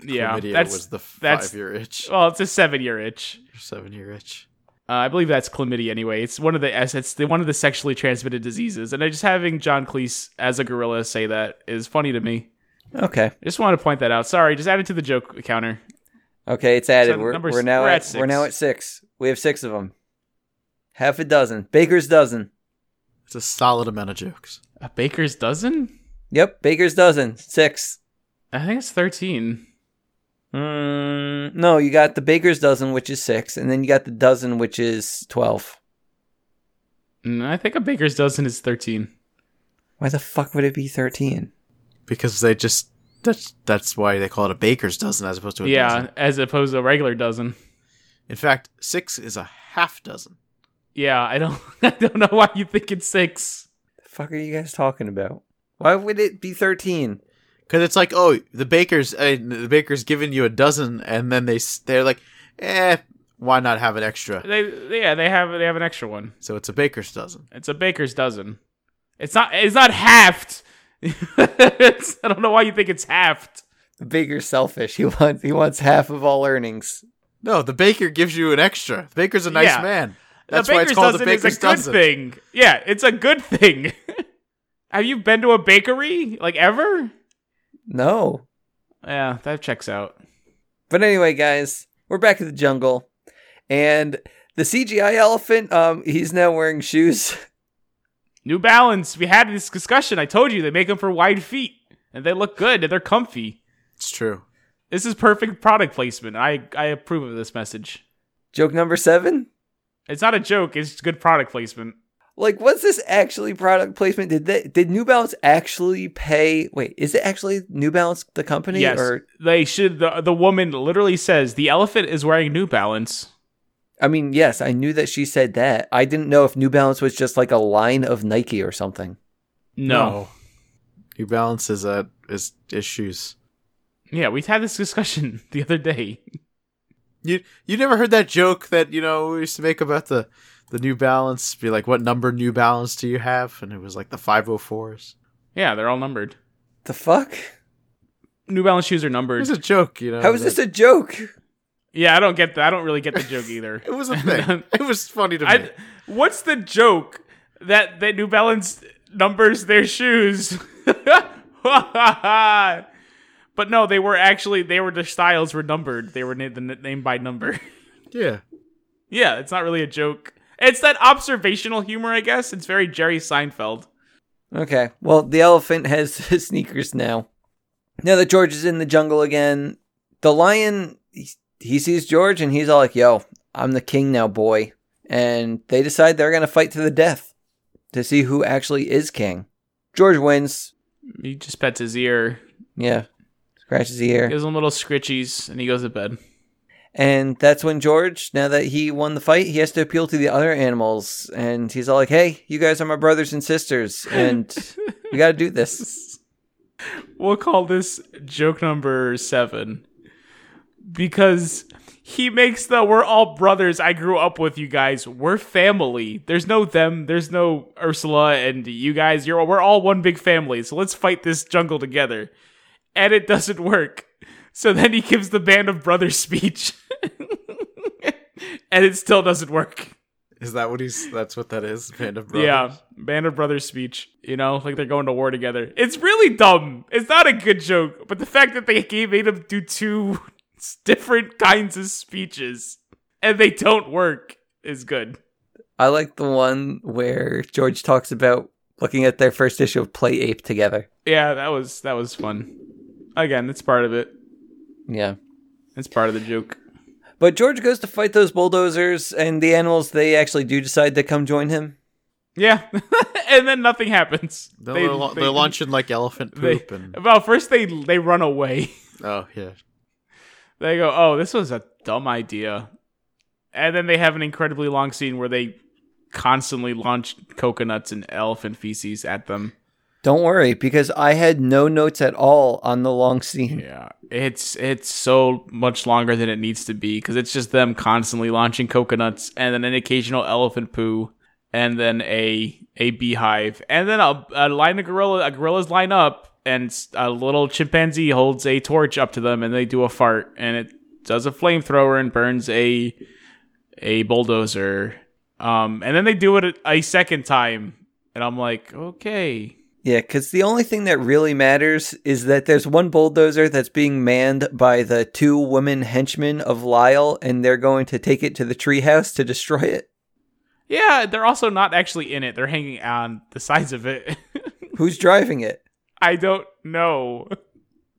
S4: Yeah.
S3: chlamydia
S4: that's,
S3: was the
S4: that's-
S3: five year itch,
S4: well, it's a seven year itch.
S3: seven year itch.
S4: Uh, I believe that's chlamydia anyway. It's one of the it's the, one of the sexually transmitted diseases. And I just having John Cleese as a gorilla say that is funny to me.
S2: *laughs* Okay.
S4: I just wanted to point that out. Sorry, just add it to the joke counter.
S2: Okay, it's added.
S4: So
S2: we're,
S4: numbers-
S2: we're now
S4: we're
S2: at,
S4: at
S2: we're now at
S4: six.
S2: six. We have six of them. Half a dozen. Baker's dozen.
S3: It's a solid amount of jokes.
S4: A baker's dozen?
S2: Yep, Baker's dozen. Six.
S4: I think it's thirteen. Hmm.
S2: Mm, no, you got the Baker's dozen, which is six, and then you got the dozen, which is twelve.
S4: Mm, I think a baker's dozen is thirteen.
S2: Why the fuck would it be thirteen?
S3: because they just that's that's why they call it a baker's dozen as opposed to a
S4: yeah,
S3: dozen.
S4: as opposed to a regular dozen.
S3: In fact, six is a half dozen.
S4: Yeah, I don't *laughs* I don't know why you think it's six.
S2: The fuck are you guys talking about? Why would it be thirteen?
S3: Because it's like, oh, the baker's uh, the baker's giving you a dozen, and then they s- they're like, eh, why not have an extra?
S4: They yeah, they have they have an extra one.
S3: So it's a baker's dozen.
S4: It's a baker's dozen. It's not it's not halved. *laughs* It's- I don't know why you think it's halved.
S2: Baker's selfish. *laughs* He wants he wants half of all earnings.
S3: No, the baker gives you an extra. The baker's a nice
S4: Yeah.
S3: man.
S4: A
S3: That's why it's called a
S4: is
S3: baker's
S4: a
S3: dozen.
S4: good thing. Yeah, it's a good thing. *laughs* have you been to a bakery like ever?
S2: No.
S4: Yeah, that checks out.
S2: But anyway, guys, we're back in the jungle, and the CGI elephant. Um, he's now wearing shoes. *laughs*
S4: New Balance. We had this discussion. I told you they make them for wide feet, and they look good and they're comfy.
S3: It's true.
S4: This is perfect product placement. I I approve of this message.
S2: Joke number seven.
S4: It's not a joke. It's good product placement.
S2: Like, was this actually product placement? Did they did New Balance actually pay? Wait, is it actually New Balance the company?
S4: yes,
S2: Or
S4: they should. The the woman literally says the elephant is wearing New Balance.
S2: I mean, yes, I knew that she said that. I didn't know if New Balance was just like a line of Nike or something.
S4: No.
S3: New Balance is uh, is issues.
S4: Yeah, we had this discussion *laughs* the other day.
S3: You you never heard that joke that you know we used to make about the the New Balance? Be like, what number New Balance do you have? And it was like the five hundred fours.
S4: Yeah, they're all numbered.
S2: The fuck?
S4: New Balance shoes are
S3: It
S4: numbered.
S3: was a joke, you know.
S2: How is
S3: that-
S2: this a joke?
S4: yeah, I don't get that. I don't really get the joke either.
S3: It was
S2: *laughs*
S3: a thing. it was funny to me.
S4: I, what's the joke that that New Balance numbers their shoes? *laughs* but no, they were actually they were the styles were numbered. They were na- the n- name by number. *laughs*
S3: yeah,
S4: yeah, it's not really a joke. It's that observational humor, I guess. It's very Jerry Seinfeld.
S2: Okay. Well, the elephant has *laughs* his sneakers now. Now that George is in the jungle again, the lion he, he sees George and he's all like, "Yo, I'm the king now, boy." And they decide they're going to fight to the death to see who actually is king. George wins.
S4: He just pets his ear,
S2: Yeah. Scratches the ear.
S4: gives him little scritchies, and he goes to bed.
S2: And that's when George, now that he won the fight, he has to appeal to the other animals. And he's all like, hey, you guys are my brothers and sisters. And we got to do this.
S4: We'll call this joke number seven because he makes the we're all brothers. I grew up with you guys. We're family. There's no them. There's no Ursula and you guys. You're we're all one big family. So let's fight this jungle together. And it doesn't work. So then he gives the band of brothers speech, *laughs* and it still doesn't work.
S3: is that what he's? That's what that is. Band of brothers.
S4: Yeah, Band of Brothers speech. You know, like they're going to war together. It's really dumb. It's not a good joke, but the fact that they gave made him do two *laughs* different kinds of speeches and they don't work is good.
S2: I like the one where George talks about looking at their first issue of Play Ape together.
S4: Yeah, that was that was fun. Again, that's part of it.
S2: Yeah.
S4: It's part of the joke.
S2: But George goes to fight those bulldozers, and the animals, they actually do decide to come join him.
S4: Yeah, *laughs* and then nothing happens.
S3: They're, they, are they are launching like elephant
S4: They,
S3: poop and
S4: well, first they they run away.
S3: oh yeah,
S4: they go, "Oh, this was a dumb idea," and then they have an incredibly long scene where they constantly launch coconuts and elephant feces at them.
S2: Don't worry, because I had no notes at all on the long scene.
S4: Yeah, It's it's so much longer than it needs to be because it's just them constantly launching coconuts and then an occasional elephant poo and then a a beehive and then a, a line of gorilla a gorillas line up and s- a little chimpanzee holds a torch up to them and they do a fart and it does a flamethrower and burns a a bulldozer um and then they do it a, a second time and I'm like okay
S2: Yeah, because the only thing that really matters is that there's one bulldozer that's being manned by the two women henchmen of Lyle, and they're going to take it to the treehouse to destroy it.
S4: Yeah, they're also not actually in it. They're hanging on the sides of it. *laughs*
S2: Who's driving it?
S4: I don't know.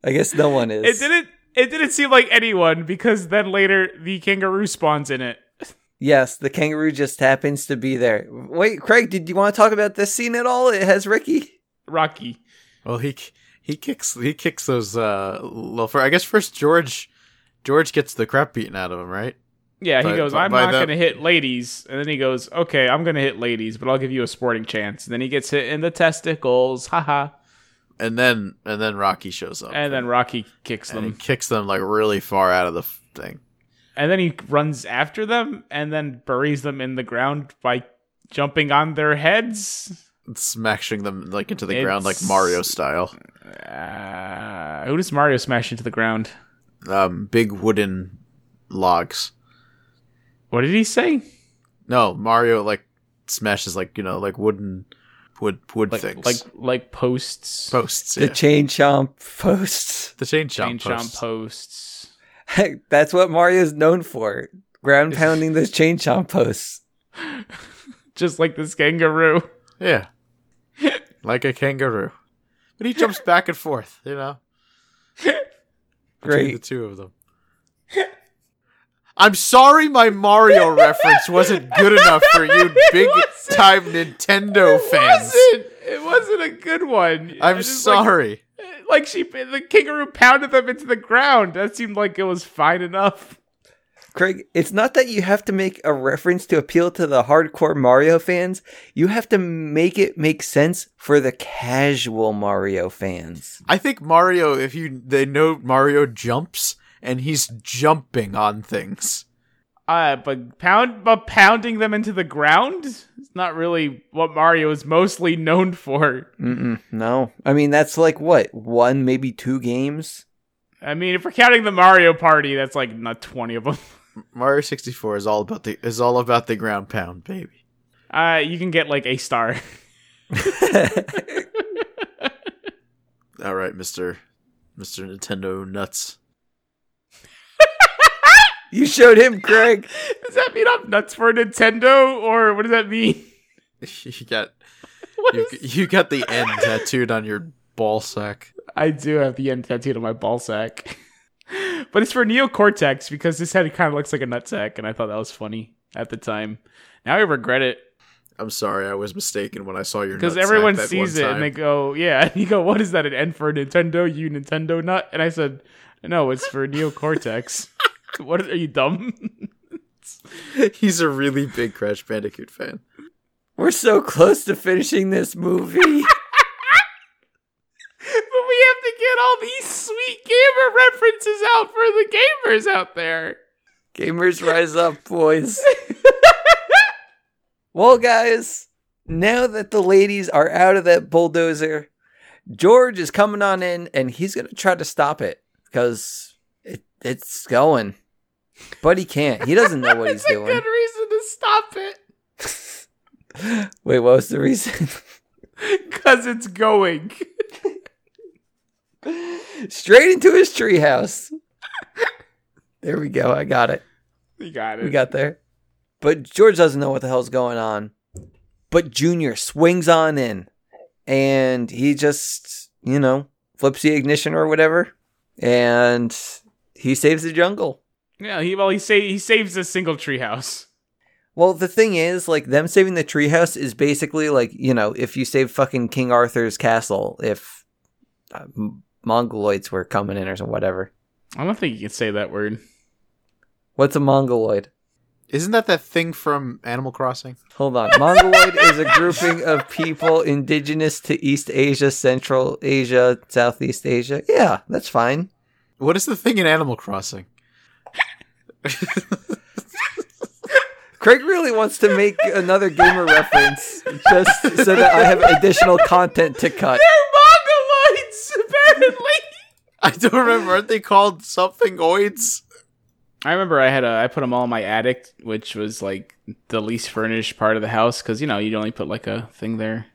S2: I guess no one is.
S4: It didn't it didn't seem like anyone because then later the kangaroo spawns in it.
S2: Yes, the kangaroo just happens to be there. Wait, Craig, did you want to talk about this scene at all? It has Ricky.
S4: Rocky.
S3: Well, he he kicks he kicks those uh little. fir- I guess first George George gets the crap beaten out of him, right?
S4: Yeah, he
S3: By-
S4: goes,
S3: by-
S4: I'm
S3: by
S4: not
S3: that-
S4: going to hit ladies. And then he goes, okay, I'm going to hit ladies, but I'll give you a sporting chance. And then he gets hit in the testicles. Haha.
S3: And then and then Rocky shows up,
S4: And then Rocky kicks
S3: and he
S4: them.
S3: kicks them like really far out of the f- thing.
S4: And then he runs after them and then buries them in the ground by jumping on their heads.
S3: smashing them like into the ground like
S4: It's-
S3: Mario style.
S4: Uh, who does Mario smash into the ground?
S3: Um, big wooden logs.
S4: What did he say?
S3: No, Mario like smashes like you know like wooden wood wood
S4: Like
S3: things
S4: like like posts,
S3: posts.
S2: The
S3: Yeah.
S2: chain chomp posts.
S3: the chain chomp
S4: chain
S3: posts.
S4: chomp posts.
S2: Heck, that's what Mario's known for. Ground pounding those chain chomp *laughs* posts.
S4: Just like this *laughs* kangaroo.
S3: Yeah, like a kangaroo. But he
S4: *laughs*
S3: jumps back and forth. You know, between the
S2: Great.
S3: two of them. I'm sorry my Mario
S4: *laughs*
S3: reference wasn't good enough for you big time Nintendo fans.
S4: It wasn't a good one. I
S3: I'm
S4: just, like-
S3: sorry.
S4: *laughs* Like, she, the kangaroo pounded them into the ground. That seemed like it was fine enough.
S2: Craig, it's not that you have to make a reference to appeal to the hardcore Mario fans. You have to make it make sense for the casual Mario fans.
S3: I think Mario, if you they know Mario jumps and he's jumping on things.
S4: Uh, but pound, but pounding them into the ground is not really what Mario is mostly known for.
S2: Mm-mm, no. I mean, that's like what? One, maybe two games? *laughs*
S4: I mean, if we're counting the Mario Party, that's like not twenty of them.
S3: Mario sixty four is all about the is all about the ground pound, baby.
S4: *laughs* Uh, you can get like a star. *laughs*
S3: All right, Mister Mister Nintendo nuts.
S2: you showed him, Craig.
S4: Does that mean I'm nuts for Nintendo, or what does that mean?
S3: *laughs* You got
S4: What
S3: you,
S4: is-
S3: you got the N tattooed on your ball sack.
S4: I do have the end tattooed on my ball sack, *laughs* but it's for neocortex because his head kind of looks like a nut sack, and I thought that was funny at the time. Now I regret it
S3: I'm sorry, I was mistaken when I saw your
S4: because
S3: nut sack
S4: everyone
S3: that
S4: sees
S3: one
S4: it and they
S3: time.
S4: go, "Yeah," *laughs* and you go, "What is that? An N for Nintendo? You Nintendo nut?" And I said, "No, it's
S2: *laughs*
S4: for neocortex." *laughs* what are you dumb? *laughs*
S3: *laughs* he's a really big Crash Bandicoot fan.
S2: We're so close to finishing this
S4: *laughs*
S2: movie.
S4: But we have to get all these sweet gamer references out for the gamers out there.
S2: Gamers rise up,
S4: *laughs*
S2: boys. well, guys, now that the ladies are out of that bulldozer, George is coming on in and he's going to try to stop it because it, it's going. But he can't. He doesn't know
S4: *laughs*
S2: what he's
S4: It's a
S2: doing.
S4: good reason to stop it
S2: Wait, what was the reason? *laughs*
S4: because it's going. *laughs*
S2: Straight into his treehouse. There we go. I got it.
S4: You got it.
S2: we got there. But George doesn't know what the hell's going on. But Junior swings on in and he just, you know, flips the ignition or whatever and he saves the jungle.
S4: yeah. He well, he sa- he saves a single treehouse.
S2: Well, the thing is, like, them saving the treehouse is basically like, you know, if you save fucking King Arthur's castle, if uh, M- Mongoloids were coming in or some whatever.
S4: I don't think you can say that word.
S2: What's a Mongoloid?
S3: Isn't that that thing from Animal Crossing?
S2: Hold on. Mongoloid is a grouping of people indigenous to East Asia, Central Asia, Southeast Asia. Yeah, that's fine.
S3: What is the thing in Animal Crossing? *laughs*
S2: Craig really wants to make another gamer reference just so that I have additional content to cut.
S4: *laughs* They're mongoloids, apparently.
S3: I don't remember. Aren't they called something oids?
S4: *laughs* I remember I had a I put them all in my attic, which was like the least furnished part of the house because you know you'd only put like a thing there.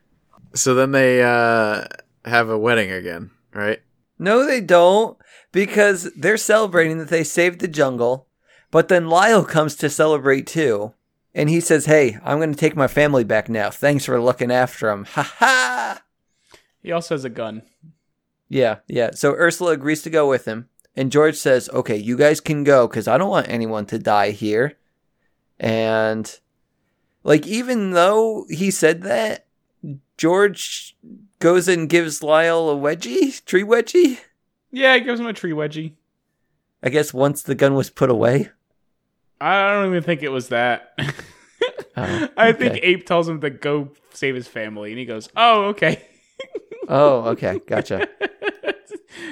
S3: So then they uh, have a wedding again, right?
S2: No, they don't, because they're celebrating that they saved the jungle. But then Lyle comes to celebrate too, and he says, "Hey, I'm going to take my family back now. Thanks for looking after them." Ha ha.
S4: He also has a gun.
S2: Yeah, yeah. So Ursula agrees to go with him, and George says, "Okay, you guys can go because I don't want anyone to die here." And like, even though he said that, George goes and gives Lyle a wedgie, tree wedgie.
S4: Yeah, he gives him a tree wedgie.
S2: I guess once the gun was put away.
S4: I don't even think it was that.
S2: Oh,
S4: *laughs* I think
S2: okay.
S4: Ape tells him to go save his family, and he goes, "Oh, okay." *laughs*
S2: Oh, okay, gotcha.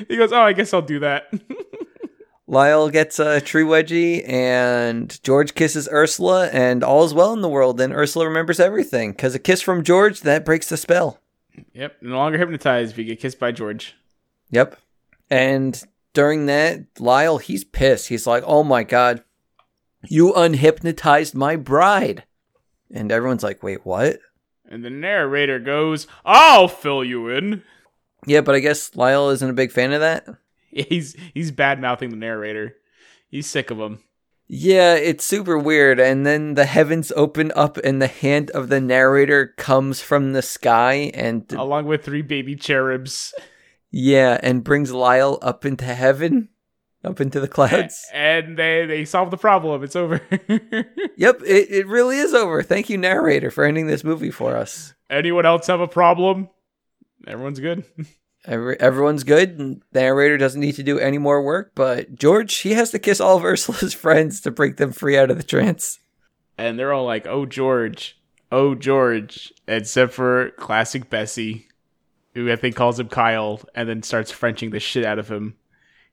S4: he goes, "Oh, I guess I'll do that." *laughs*
S2: Lyle gets a tree wedgie, and George kisses Ursula, and all's well in the world. And Ursula remembers everything because a kiss from George that breaks the spell.
S4: yep, no longer hypnotized. We get kissed by George.
S2: Yep. And during that, Lyle he's pissed. He's like, "Oh my god, you unhypnotized my bride," and everyone's like, "Wait, what?"
S4: And the narrator goes, "I'll fill you in." *laughs*
S2: Yeah, but I guess Lyle isn't a big fan of that.
S4: He's he's bad mouthing the narrator. He's sick of him.
S2: Yeah, it's super weird. And then the heavens open up, and the hand of the narrator comes from the sky, and
S4: Along with three baby cherubs.
S2: yeah, and brings Lyle up into heaven, up into the *laughs* clouds.
S4: And they they solve the problem. It's over. *laughs*
S2: yep, it, it really is over. Thank you, narrator, for ending this movie for us.
S4: Anyone else have a problem? Everyone's good.
S2: Every, everyone's good, and the narrator doesn't need to do any more work. But George, he has to kiss all of *laughs* Ursula's friends to break them free out of the trance.
S4: And they're all like, "Oh George, oh George," except for classic Bessie, who I think calls him Kyle, and then starts Frenching the shit out of him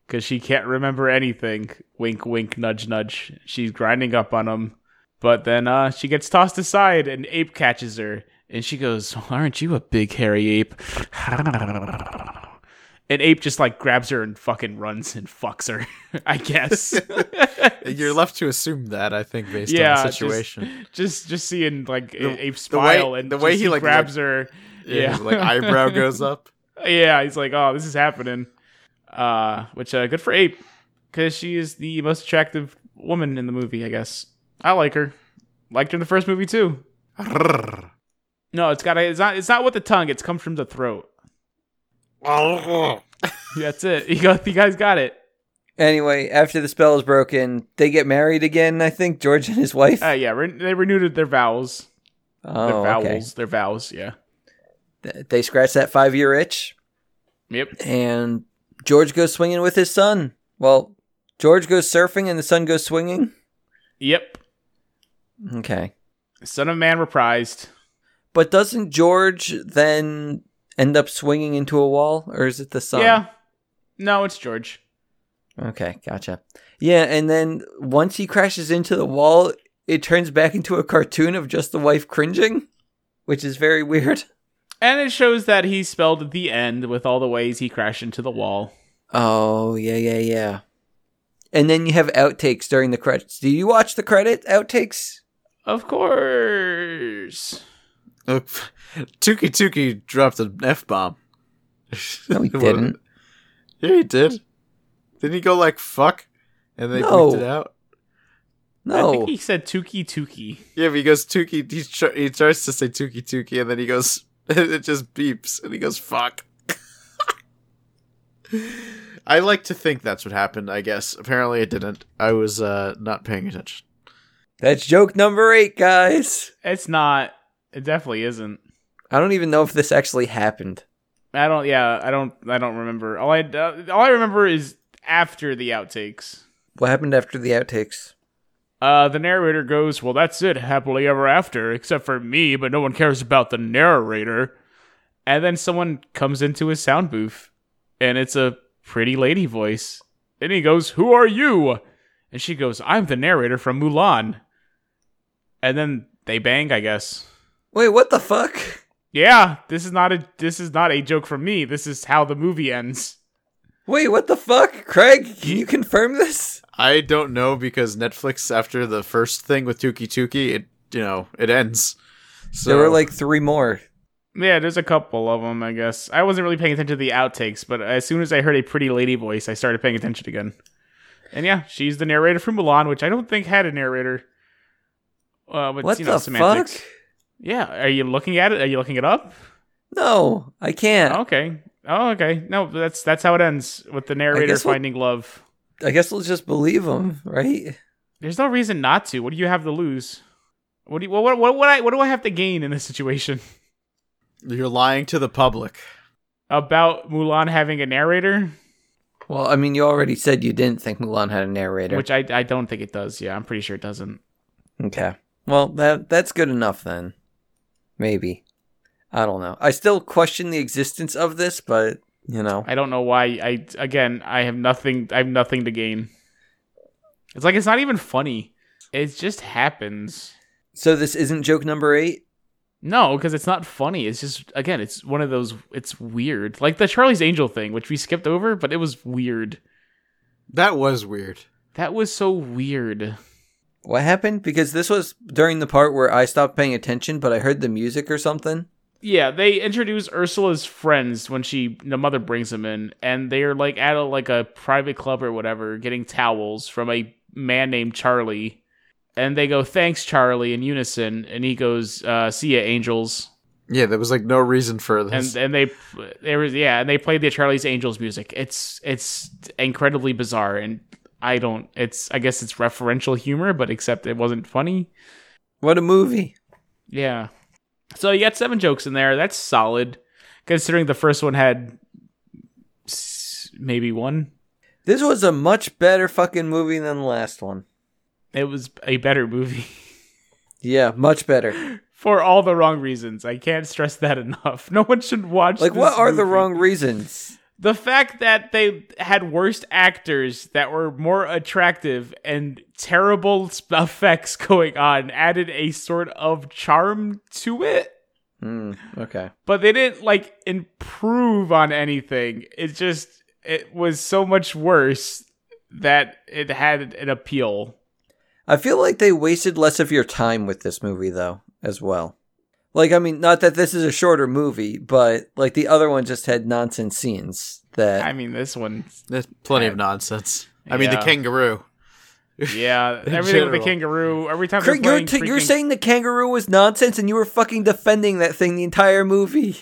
S4: because she can't remember anything. Wink, wink, nudge, nudge. She's grinding up on him, but then uh, she gets tossed aside, and Ape catches her, and she goes, "Aren't you a big hairy ape?" And Ape just like grabs her and fucking runs and fucks her. *laughs* I guess.
S3: You're left to assume that, I think, based on the
S4: just-
S3: situation.
S4: Just, just seeing like a
S3: The-
S4: Ape
S3: the way-
S4: smile and
S3: the way
S4: just
S3: he, like,
S4: grabs her. *laughs* Yeah,
S3: yeah, like eyebrow goes
S4: *laughs*
S3: up.
S4: yeah, he's like, oh, this is happening. Uh, which uh, good for Ape because she is the most attractive woman in the movie. I guess I like her. Liked her in the first movie too. No, it's got to it's not it's not with the tongue. It's come from the throat. *laughs* That's it. You got you guys got it.
S2: Anyway, after the spell is broken, they get married again. I think George and his wife.
S4: Uh, yeah, re- they renewed their vows. Their
S2: oh, okay.
S4: vowels. Their vows. Yeah.
S2: Th- They scratch that five-year itch.
S4: Yep.
S2: and George goes swinging with his son. Well, George goes surfing and the son goes swinging.
S4: Yep.
S2: Okay.
S4: Son of Man reprised.
S2: But doesn't George then end up swinging into a wall or is it the son?
S4: Yeah. No, it's George.
S2: Okay, gotcha. Yeah, and then once he crashes into the wall, it turns back into a cartoon of just the wife cringing, which is very weird.
S4: And it shows that he spelled the end with all the ways he crashed into the wall.
S2: Oh, yeah, yeah, yeah. And then you have outtakes during the credits. Do you watch the credit outtakes?
S4: Of course.
S3: Oh, Tuki Tuki dropped an F bomb. *laughs*
S2: No, he
S4: *laughs*
S2: didn't.
S3: Yeah, he did. Didn't he go like fuck? And they
S2: No.
S3: no. it out?
S4: I
S2: No. *laughs*
S4: think he said Tuki Tuki.
S3: Yeah, but he goes Tuki. He, tr- he tries to say Tuki Tuki, and then he goes, *laughs* it just beeps, and he goes fuck. *laughs* I like to think that's what happened. I guess apparently it didn't. I was uh, not paying attention.
S2: That's joke number eight, guys.
S4: It's not. It definitely isn't.
S2: I don't even know if this actually happened.
S4: I don't. Yeah, I don't. I don't remember. All I uh, all I remember is after the outtakes.
S2: What happened after the outtakes?
S4: Uh, the narrator goes, "Well, that's it, happily ever after, except for me, but no one cares about the narrator." And then someone comes into his sound booth, and it's a pretty lady voice, Then he goes, Who are you? And she goes, I'm the narrator from Mulan. And then they bang, I guess.
S2: Wait, what the fuck?
S4: Yeah, this is not a this is not a joke from me. This is how the movie ends.
S2: Wait, what the fuck? Craig, can you confirm this?
S3: I don't know because Netflix after the first thing with Tuki Tuki, it you know it ends. So
S2: There were like three more.
S4: Yeah, there's a couple of them, I guess. I wasn't really paying attention to the outtakes, but as soon as I heard a pretty lady voice, I started paying attention again. And yeah, she's the narrator from Mulan, which I don't think had a narrator. Uh, but
S2: what
S4: you
S2: the
S4: know, semantics.
S2: fuck?
S4: Yeah, are you looking at it? Are you looking it up?
S2: No, I can't.
S4: Okay. Oh, okay. No, that's that's how it ends with the narrator
S2: guess we'll-
S4: finding love.
S2: I guess we'll just believe him, right?
S4: There's no reason not to. What do you have to lose? What do you, what what what, what, I, what do I have to gain in this situation?
S3: you're lying to the public.
S4: About Mulan having a narrator,
S2: Well, I mean, you already said you didn't think Mulan had a narrator.
S4: which I I don't think it does. Yeah, I'm pretty sure it doesn't.
S2: okay. Well, that that's good enough then. Maybe. I don't know. I still question the existence of this, but you know,
S4: I don't know why. I again, I have nothing. I have nothing to gain. It's like it's not even funny. It just happens.
S2: So this isn't joke number eight.
S4: No, because it's not funny. It's just again, it's one of those. It's weird, like the Charlie's Angel thing, which we skipped over, but it was weird.
S3: That was weird.
S4: That was so weird.
S2: What happened? Because this was during the part where I stopped paying attention, but I heard the music or something.
S4: Yeah, they introduce Ursula's friends when she the mother brings them in, and they're like at a like a private club or whatever, getting towels from a man named Charlie, and they go thanks Charlie in unison, and he goes uh, see ya angels,
S3: Yeah, there was like no reason for this.
S4: and and they there was yeah, and they played the Charlie's Angels music. It's it's incredibly bizarre, and I don't. It's I guess it's referential humor, but except it wasn't funny.
S2: What a movie!
S4: Yeah. So you got seven jokes in there. That's solid, considering the first one had s- maybe one.
S2: This was a much better fucking movie than the last one.
S4: It was a better movie *laughs*
S2: Yeah, much *gasps* better.
S4: for all the wrong reasons. I can't stress that enough. *laughs* No one should watch.
S2: Like,
S4: this
S2: what are the
S4: movie.
S2: wrong reasons?
S4: The fact that they had worst actors that were more attractive and terrible *laughs* sp- effects going on added a sort of charm to it.
S2: Hmm. okay.
S4: but they didn't like improve on anything. It just it was so much worse that it had an appeal.
S2: I feel like they wasted less of your time with this movie though, as well. Like, I mean, not that this is a shorter movie, but like the other one just had nonsense scenes that
S4: I mean, this one,
S3: There's plenty of nonsense. I mean, the
S4: Yeah.
S3: kangaroo.
S2: *laughs*
S4: yeah,
S3: In
S4: everything with
S3: general.
S4: the kangaroo. Every time
S2: Craig,
S4: they're
S2: you're,
S4: playing
S2: t- you're
S4: freaking-
S2: saying the kangaroo was nonsense and you were fucking defending that thing the entire movie.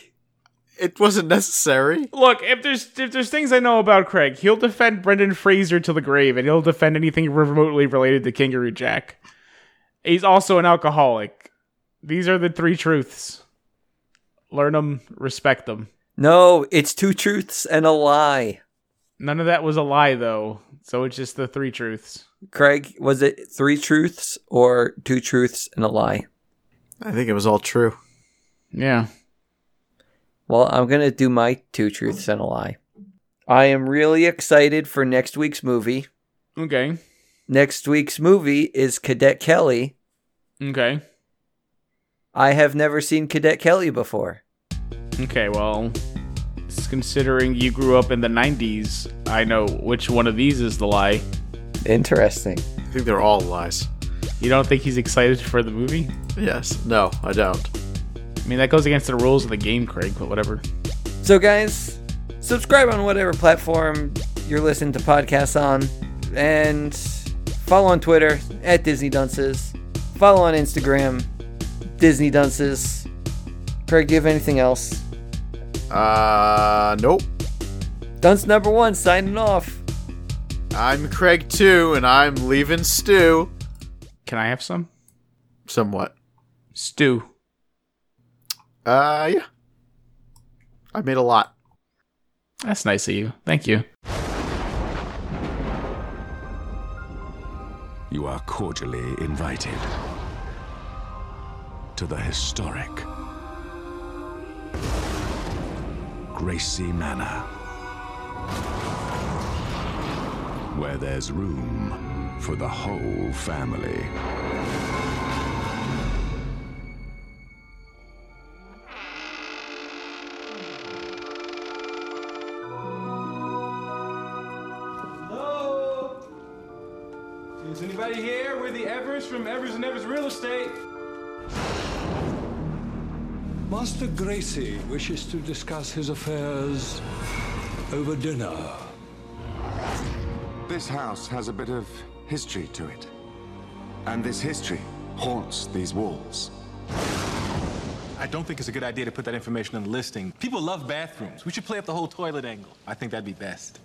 S3: It wasn't necessary.
S4: Look, if there's if there's things I know about Craig, he'll defend Brendan Fraser to the grave, and he'll defend anything remotely related to Kangaroo Jack. He's also an alcoholic. These are the three truths. Learn them, respect them.
S2: No, it's two truths and a lie.
S4: None of that was a lie, though. So it's just the three truths.
S2: Craig, was it three truths or two truths and a lie?
S3: I think it was all true.
S4: Yeah.
S2: Well, I'm going to do my two truths and a lie. I am really excited for next week's movie.
S4: Okay.
S2: Next week's movie is Cadet Kelly.
S4: Okay.
S2: I have never seen Cadet Kelly before.
S4: Okay. Well, s- considering you grew up in the '90s, I know which one of these is the lie.
S2: Interesting.
S3: I think they're all lies.
S4: You don't think he's excited for the movie?
S3: Yes. No, I don't.
S4: I mean, that goes against the rules of the game, Craig. But whatever.
S2: So, guys, subscribe on whatever platform you're listening to podcasts on, and follow on Twitter at Disney Dunces. Follow on Instagram, Disney Dunces. Craig, do you have anything else?
S3: Uh, nope.
S2: Dunce number one, signing off.
S3: I'm Craig too, and I'm leaving Stu.
S4: Can I have some
S3: Somewhat.
S4: stew?
S3: Uh, yeah. I made a lot.
S4: That's nice of you. Thank you.
S5: You are cordially invited to the historic Gracie Manor. where there's room for the whole family.
S6: Hello? Is anybody here? We're the Evers from Evers and Evers Real Estate.
S7: Master Gracie wishes to discuss his affairs over dinner.
S5: This house has a bit of history to it. And this history haunts these walls.
S8: I don't think it's a good idea to put that information in the listing. People love bathrooms. We should play up the whole toilet angle. I think that'd be best.